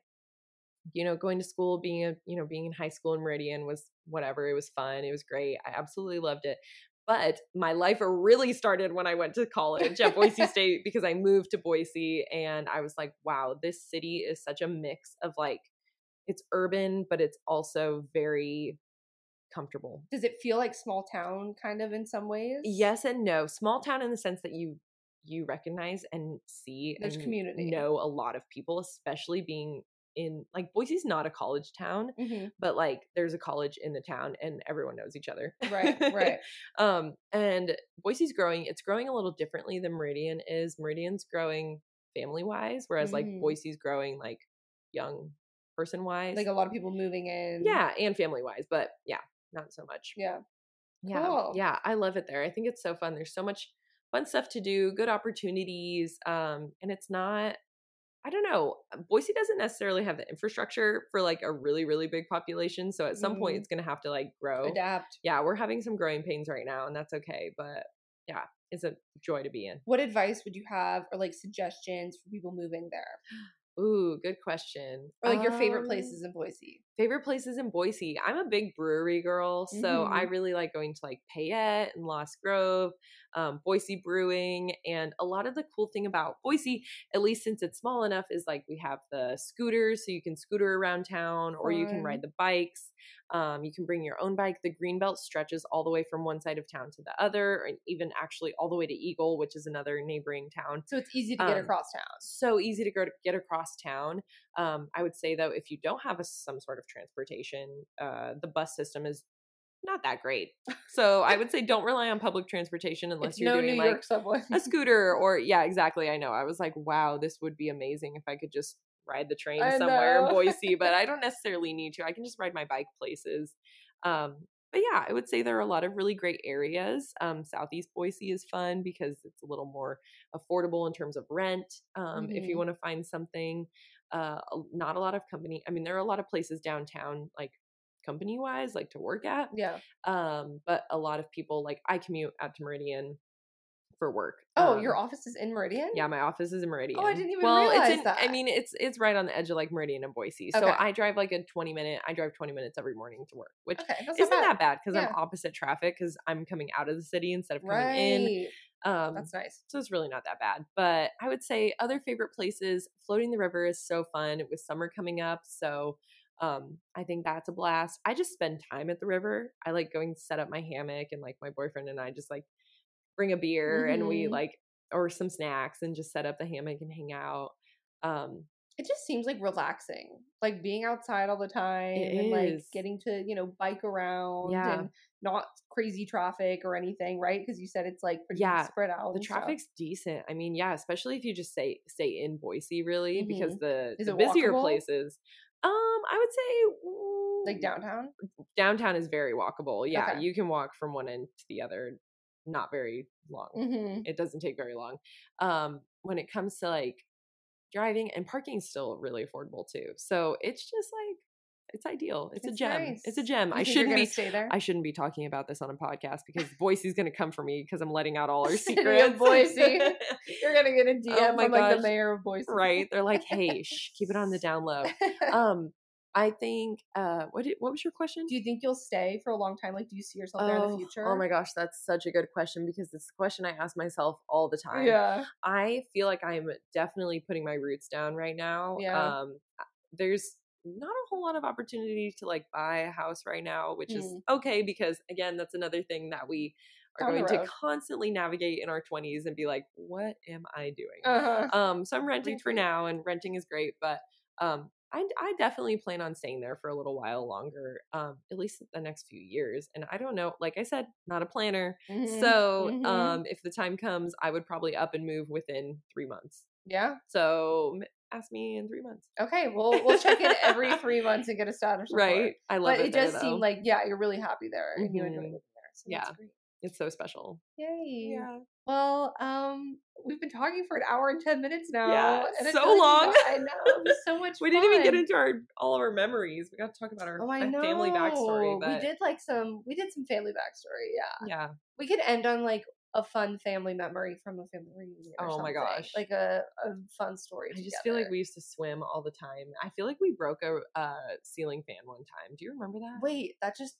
You know, going to school, being a you know, being in high school in Meridian was whatever. It was fun. It was great. I absolutely loved it. But my life really started when I went to college at Boise State because I moved to Boise and I was like, wow, this city is such a mix of like it's urban, but it's also very comfortable. Does it feel like small town kind of in some ways? Yes and no. Small town in the sense that you you recognize and see There's and community. Know a lot of people, especially being in like Boise's not a college town, Mm. Mm-hmm. but like there's a college in the town and everyone knows each other. Right, right. um, and Boise's growing, it's growing a little differently than Meridian is. Meridian's growing family wise, whereas like Mhm. Boise's growing like young person wise. like a lot of people moving in. yeah, and family wise, but yeah, not so much. Yeah. Yeah. Cool. Yeah. I love it there. I think it's so fun. There's so much fun stuff to do, good opportunities. Um, and it's not, I don't know, uh, Boise doesn't necessarily have the infrastructure for like a really, really big population. So at some point Mhm. it's going to have to like grow. Adapt. Yeah. We're having some growing pains right now and that's okay. But yeah, it's a joy to be in. What advice would you have or like suggestions for people moving there? Ooh, good question. Or like your favorite Um, places in Boise? favorite places in Boise. I'm a big brewery girl, so I really like going to like Payette and Lost Grove, um, Boise Brewing, and a lot of the cool thing about Boise, at least since it's small enough, is like we have the scooters, so you can scooter around town, or you can ride the bikes. Um, you can bring your own bike. The greenbelt stretches all the way from one side of town to the other, and even actually all the way to Eagle, which is another neighboring town So it's easy to get um, across town. so easy to go to get across town. Um, I would say though, if you don't have a, some sort of transportation, uh, the bus system is not that great. So I would say don't rely on public transportation unless It's you're no doing New like York subway. a scooter or yeah, exactly. I know. I was like, wow, this would be amazing if I could just ride the train I somewhere in know. Boise, but I don't necessarily need to. I can just ride my bike places. Um, but yeah, I would say there are a lot of really great areas. Um, Southeast Boise is fun because it's a little more affordable in terms of rent. Um, If you Mhm. want to find something, uh, a- not a lot of company. I mean, there are a lot of places downtown, like company wise, like to work at yeah. um but a lot of people like i commute out to meridian for work Oh, um, your office is in Meridian? yeah my office is in meridian Oh, didn't even well it's realize in, i that. mean it's it's right on the edge of like meridian and boise so Okay. i drive like a 20 minute i drive 20 minutes every morning to work which Okay. That's isn't not bad. that bad because Yeah. i'm opposite traffic because i'm coming out of the city instead of coming right. in um That's nice. so it's really not that bad. But I would say other favorite places, floating the river is so fun with summer coming up. So um, I think that's a blast. I just spend time at the river. I like going to set up my hammock and like my boyfriend and I just like bring a beer and we Mhm. like or some snacks and just set up the hammock and hang out. Um, It just seems like relaxing. Like being outside all the time and like is. getting to, you know, bike around Yeah. and not crazy traffic or anything, right? Because you said it's like pretty Yeah, spread out. the and stuff. traffic's decent. I mean, yeah, especially if you just stay stay in Boise really because the, Mm-hmm. Is the it busier walkable? places. Um, I would say mm, like downtown. downtown is very walkable. Yeah, Okay. you can walk from one end to the other not very long. Mm-hmm. It doesn't take very long. Um when it comes to like driving and parking is still really affordable too. So it's just like it's ideal. It's, a It's gem. It's a nice. gem. I shouldn't be stay there. I shouldn't be talking about this on a podcast because Boise's going to come for me because I'm letting out all our City of secrets. Boise. You're gonna get a DM Oh my from like gosh. the mayor of Boise, right? They're like, "Hey, shh, keep it on the down low." Um I think uh what did, what was your question? do you think you'll stay for a long time? Like, do you see yourself there in the future? Oh my gosh, that's such a good question because it's a question I ask myself all the time. Yeah, I feel like I'm definitely putting my roots down right now. Yeah. Um I- there's not a whole lot of opportunity to like buy a house right now, which is Mm. okay because again, that's another thing that we are Down the going to road. constantly navigate in our 20s and be like, what am I doing? uh-huh. um so i'm renting for Retweet. now and renting is great but um I, I definitely plan on staying there for a little while longer um at least the next few years and i don't know like i said not a planner Mhm. so mhm. um if the time comes i would probably up and move within three months yeah. so m- ask me in three months Okay, well, we'll check in every three months and get a status report. right i love but it, it there, does though. seem like yeah, you're really happy there and you enjoy Mhm. living there. So that's Yeah. great. it's so special Yay. Well, um, we've been talking for an hour and ten minutes now. Yeah, and I so feel you long. got- I know. It was so much we didn't even get fun. into our all of our memories we got to talk about our Oh, I uh, know. family backstory we but uh, did like some. We did some family backstory. Yeah, yeah we could end on like a fun family memory from a family reunion. or Oh my something, gosh. like a, a fun story. I just feel like together. we used to swim all the time. I feel like we broke a uh, ceiling fan one time. Do you remember that? Wait, that just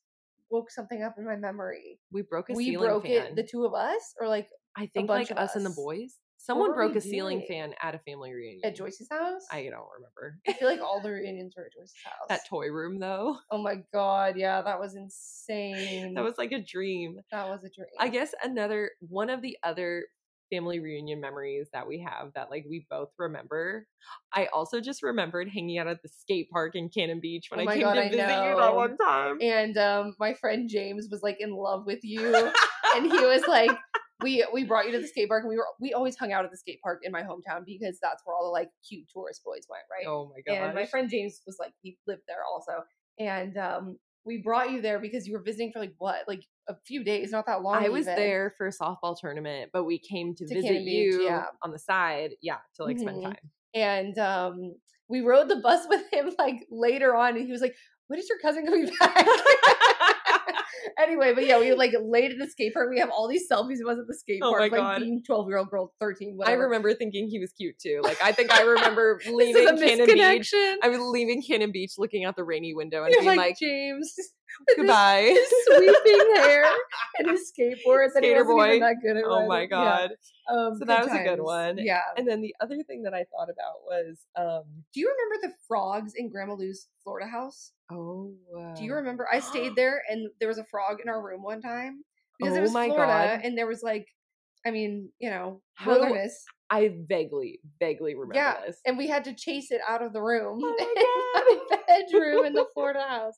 woke something up in my memory. we broke a we ceiling broke fan. it, the two of us, or like I think bunch like of us and the us. boys. Someone were broke we a ceiling doing? fan at a family reunion. at Joyce's house. I don't remember. I feel like all the reunions were at Joyce's house. that toy room though. oh my god, yeah, that was insane. That was like a dream. that was a dream. I guess another one of the other family reunion memories that we have that like we both remember. I also just remembered hanging out at the skate park in Cannon Beach when Oh I my came God, to I visit you that know. one time. and um, my friend James was like in love with you, and he was like, "We we brought you to the skate park, and we were we always hung out at the skate park in my hometown because that's where all the like cute tourist boys went, right?" oh my god. and my friend James was like he lived there also, and um, we brought you there because you were visiting for like what like a few days, not that long. I was even. there for a softball tournament, but we came to, To visit Cannon Beach, you yeah. on the side, yeah, to like spend Mhm. time. and um, we rode the bus with him like later on, and he was like, "When is your cousin coming back?" anyway, but yeah, we like laid at the skate park. We have all these selfies of us at the skate Oh park, my like God. being twelve year old girls, thirteen. I Whatever. remember thinking he was cute too. Like I think I remember This is leaving a Cannon Beach. misconnection. I was leaving Cannon Beach, looking out the rainy window, and You're being like, like, James with his "Goodbye, sweeping hair and his skateboard that he Skater wasn't even boy. that good at. Oh my riding. Yeah. god! Um, So that was a good one. Yeah. And then the other thing that I thought about was, um, Do you remember the frogs in Grandma Lou's Florida house? oh, Do you remember? I stayed there and there was a frog in our room one time because Oh it was my Florida God. and there was like, I mean, you know, How- wilderness, I vaguely, vaguely remember Yeah. this. and we had to chase it out of the room, Oh in my the bedroom in the Florida house.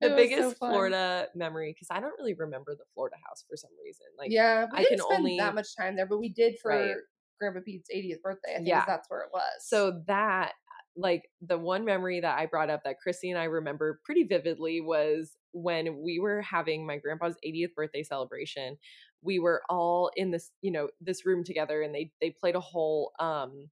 The It was so biggest fun. Florida memory, because I don't really remember the Florida house for some reason. Like, yeah, we I didn't can spend only- that much time there, but we did for Right. Grandpa Pete's 80th birthday. I think 'cause Yeah. that's where it was. So that like the one memory that I brought up that Chrissy and I remember pretty vividly was when we were having my grandpa's 80th birthday celebration. We were all in this, you know, this room together and they they played a whole um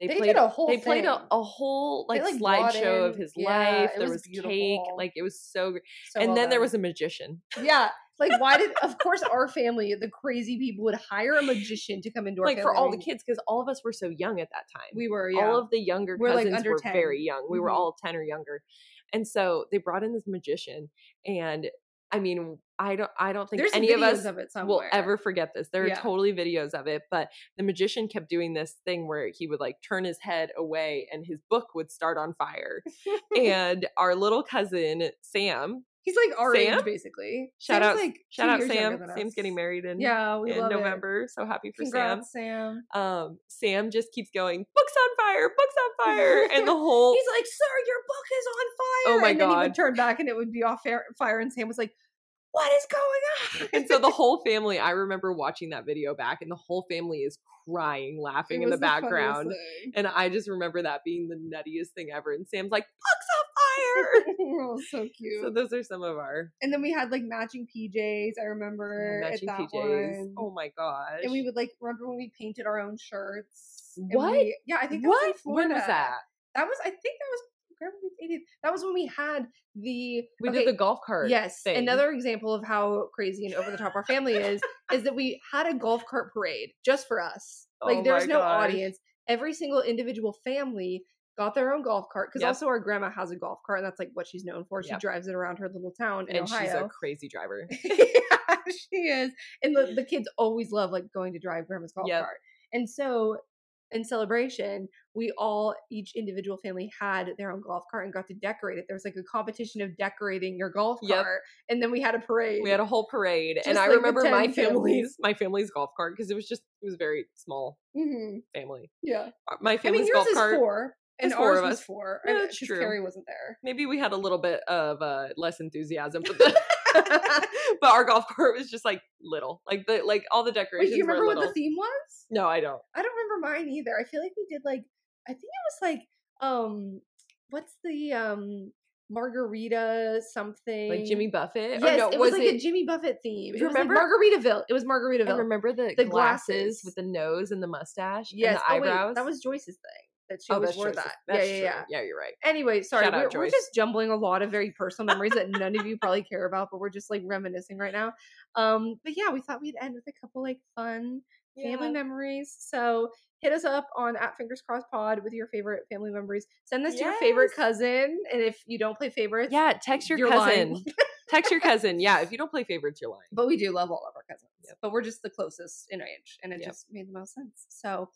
they, played did a whole. they played a, thing. a whole They, like, like, brought slideshow of in- his yeah, life. it There was, was cake. beautiful. Like it was so great. So and well then there done. was a magician. Yeah. Like, why did, of course, our family, the crazy people, would hire a magician to come into our like for family all the reunion. kids, because all of us were so young at that time. We were, yeah. all of the younger We're, like, cousins under were 10. very young. We were Mhm. all 10 or younger. And so they brought in this magician and I mean, I don't I don't think There's any of videos us of it somewhere. will ever forget this. There are Yeah. totally videos of it, but the magician kept doing this thing where he would like turn his head away and his book would start on fire. and our little cousin Sam, He's like our Sam? age, basically. shout Sam's out like shout two out years younger Sam. than Sam's us. getting married in Yeah, we in love it. November. So happy for Sam Congrats, Sam. um, Sam just keeps going, books on fire, books on fire. And the whole, He's like, sir, your book is on fire. Oh my and Then he God. would turn back and it would be off fire, fire and Sam was like, what is going on? and so the whole family, I remember watching that video back and the whole family is crying, laughing in the background. and I just remember that being the nuttiest thing ever. And Sam's like, books on fire. oh, so cute. so those are some of our and then we had like matching PJs. I remember matching at that PJs. one. Oh my gosh. and we would like remember when we painted our own shirts. and What? we- yeah, I think that was what? in When Florida. was that? That was I think that was Grandma Pete's 80th. That was when we had the We okay, did the golf cart. Yes, thing. another example of how crazy and over the top our family is is that we had a golf cart parade just for us. Like Oh there was my no gosh. audience. Every single individual family got their own golf cart because Yep. also our grandma has a golf cart and that's like what she's known for. She Yep. drives it around her little town in And she's a Ohio. crazy driver. yeah, she is. And the, the kids always love like going to drive grandma's golf Yep. cart. And so in celebration, we all each individual family had their own golf cart and got to decorate it. There was like a competition of decorating your golf Yep. cart. And then we had a parade. We had a whole parade, and Just I like the remember my 10 family's families. my family's golf cart because it was just it was a very small Mhm, family. Yeah. Uh, My I mean, family's yours golf is cart. four. And There's four ours of was us. four. Yeah, I- that's 'cause true. Carrie wasn't there. Maybe we had a little bit of uh, less enthusiasm, but the, but our golf cart was just like little, like the like all the Wait, decorations. do you remember were what little. the theme was? No, I don't. I don't remember mine either. I feel like we did like I think it was like um what's the um margarita something Like Jimmy Buffett. Yes, or no, it was, like a Jimmy Buffett theme. It Remember- was like Margaritaville. It was I Margaritaville. remember the, The glasses, glasses. with the nose and the mustache yes, and oh, the wait, eyebrows. that was Joyce's thing that she always wore Joyce's- that. That's yeah, yeah, true. yeah. Yeah, you're right. Anyway, sorry, Shout out, we're, we're Joyce. just jumbling a lot of very personal memories that none of you probably care about, but we're just like reminiscing right now. Um, but yeah, we thought we'd end with a couple like fun family memories. So hit us up on at fingers crossed pod with your favorite family memories. Send this to your favorite Yes. cousin, and if you don't play favorites, Yeah, text your You're lying. cousin. text your cousin. Yeah, if you don't play favorites, you're lying. But we do love all of our cousins. Yep. But we're just the closest in age, and it Yep. just made the most sense. So,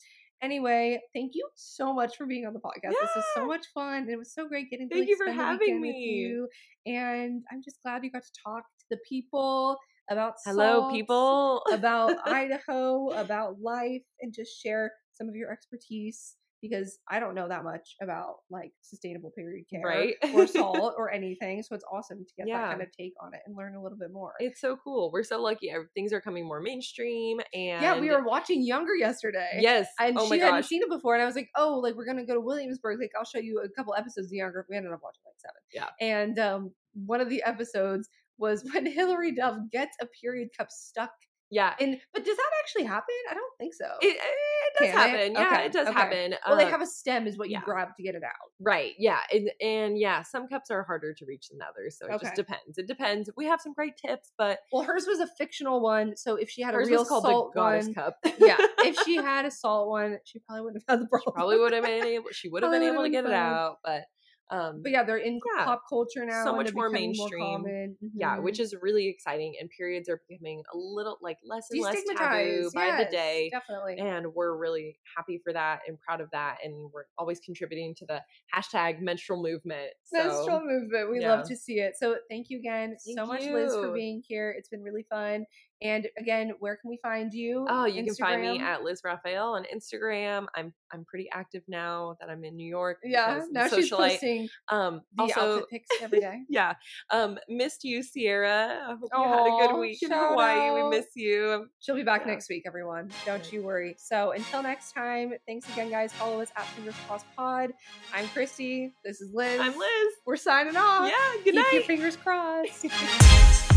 anyway, thank you so much for being on the podcast. This was so Yeah. much fun. and It was so great getting to Thank like, you for spend the having weekend with me. you. And I'm just glad you got to talk to the people about Hello, salts, people. about Idaho, about life, and just share some of your expertise because I don't know that much about like sustainable period care Right. or salt or anything. So it's awesome to get Yeah. that kind of take on it and learn a little bit more. It's so cool. We're so lucky. Ev- Things are coming more mainstream. And yeah, we were watching Younger yesterday. Yes. And oh she my hadn't gosh. seen it before, and I was like, "Oh, like we're gonna go to Williamsburg. Like I'll show you a couple episodes of Younger." We ended up watching like seven. Yeah. And um, one of the episodes was when Hillary Duff gets a period cup stuck yeah. in. But does that actually happen? I don't think so. It, eh, it Can does it? happen. Yeah, Okay, it does okay. happen. well, they Um, have a stem, is what you yeah. grab to get it out. Right. Yeah. And, and yeah, some cups are harder to reach than others. So it Okay. just depends. It depends. We have some great tips, but Well, hers was a fictional one, so if she had ours a real was called salt the goddess one, cup. yeah, if she had a salt one, she probably wouldn't have had the problem. Probably would have been able, she would have been Probably able to would've get been it fine. out, but, um, But yeah, they're in Yeah. pop culture now. So and much they're more becoming mainstream. common. yeah, Mhm. which is really exciting. And periods are becoming a little like less and less taboo destigmatized. by Yes, the day. Definitely. and we're really happy for that and proud of that and we're always contributing to the hashtag menstrual movement so Menstrual movement. We yeah. love to see it. So thank you again so Thank much, Liz, for you. being here. It's been really fun. And again, where can we find you? oh you can find me Instagram? at liz raphael on instagram i'm i'm pretty active now that i'm in new york yeah. because I'm a Now she's socialite. posting um the also outfit pics every day. yeah um missed you sierra i hope you had a Aw, good week in shout hawaii out. we miss you She'll be back Yeah. next week, everyone. Don't you worry. So until next time, thanks again, guys. Follow us at Fingers Crossed Pod. I'm Christy. This is Liz. i'm liz We're signing off. yeah Keep good your night fingers crossed.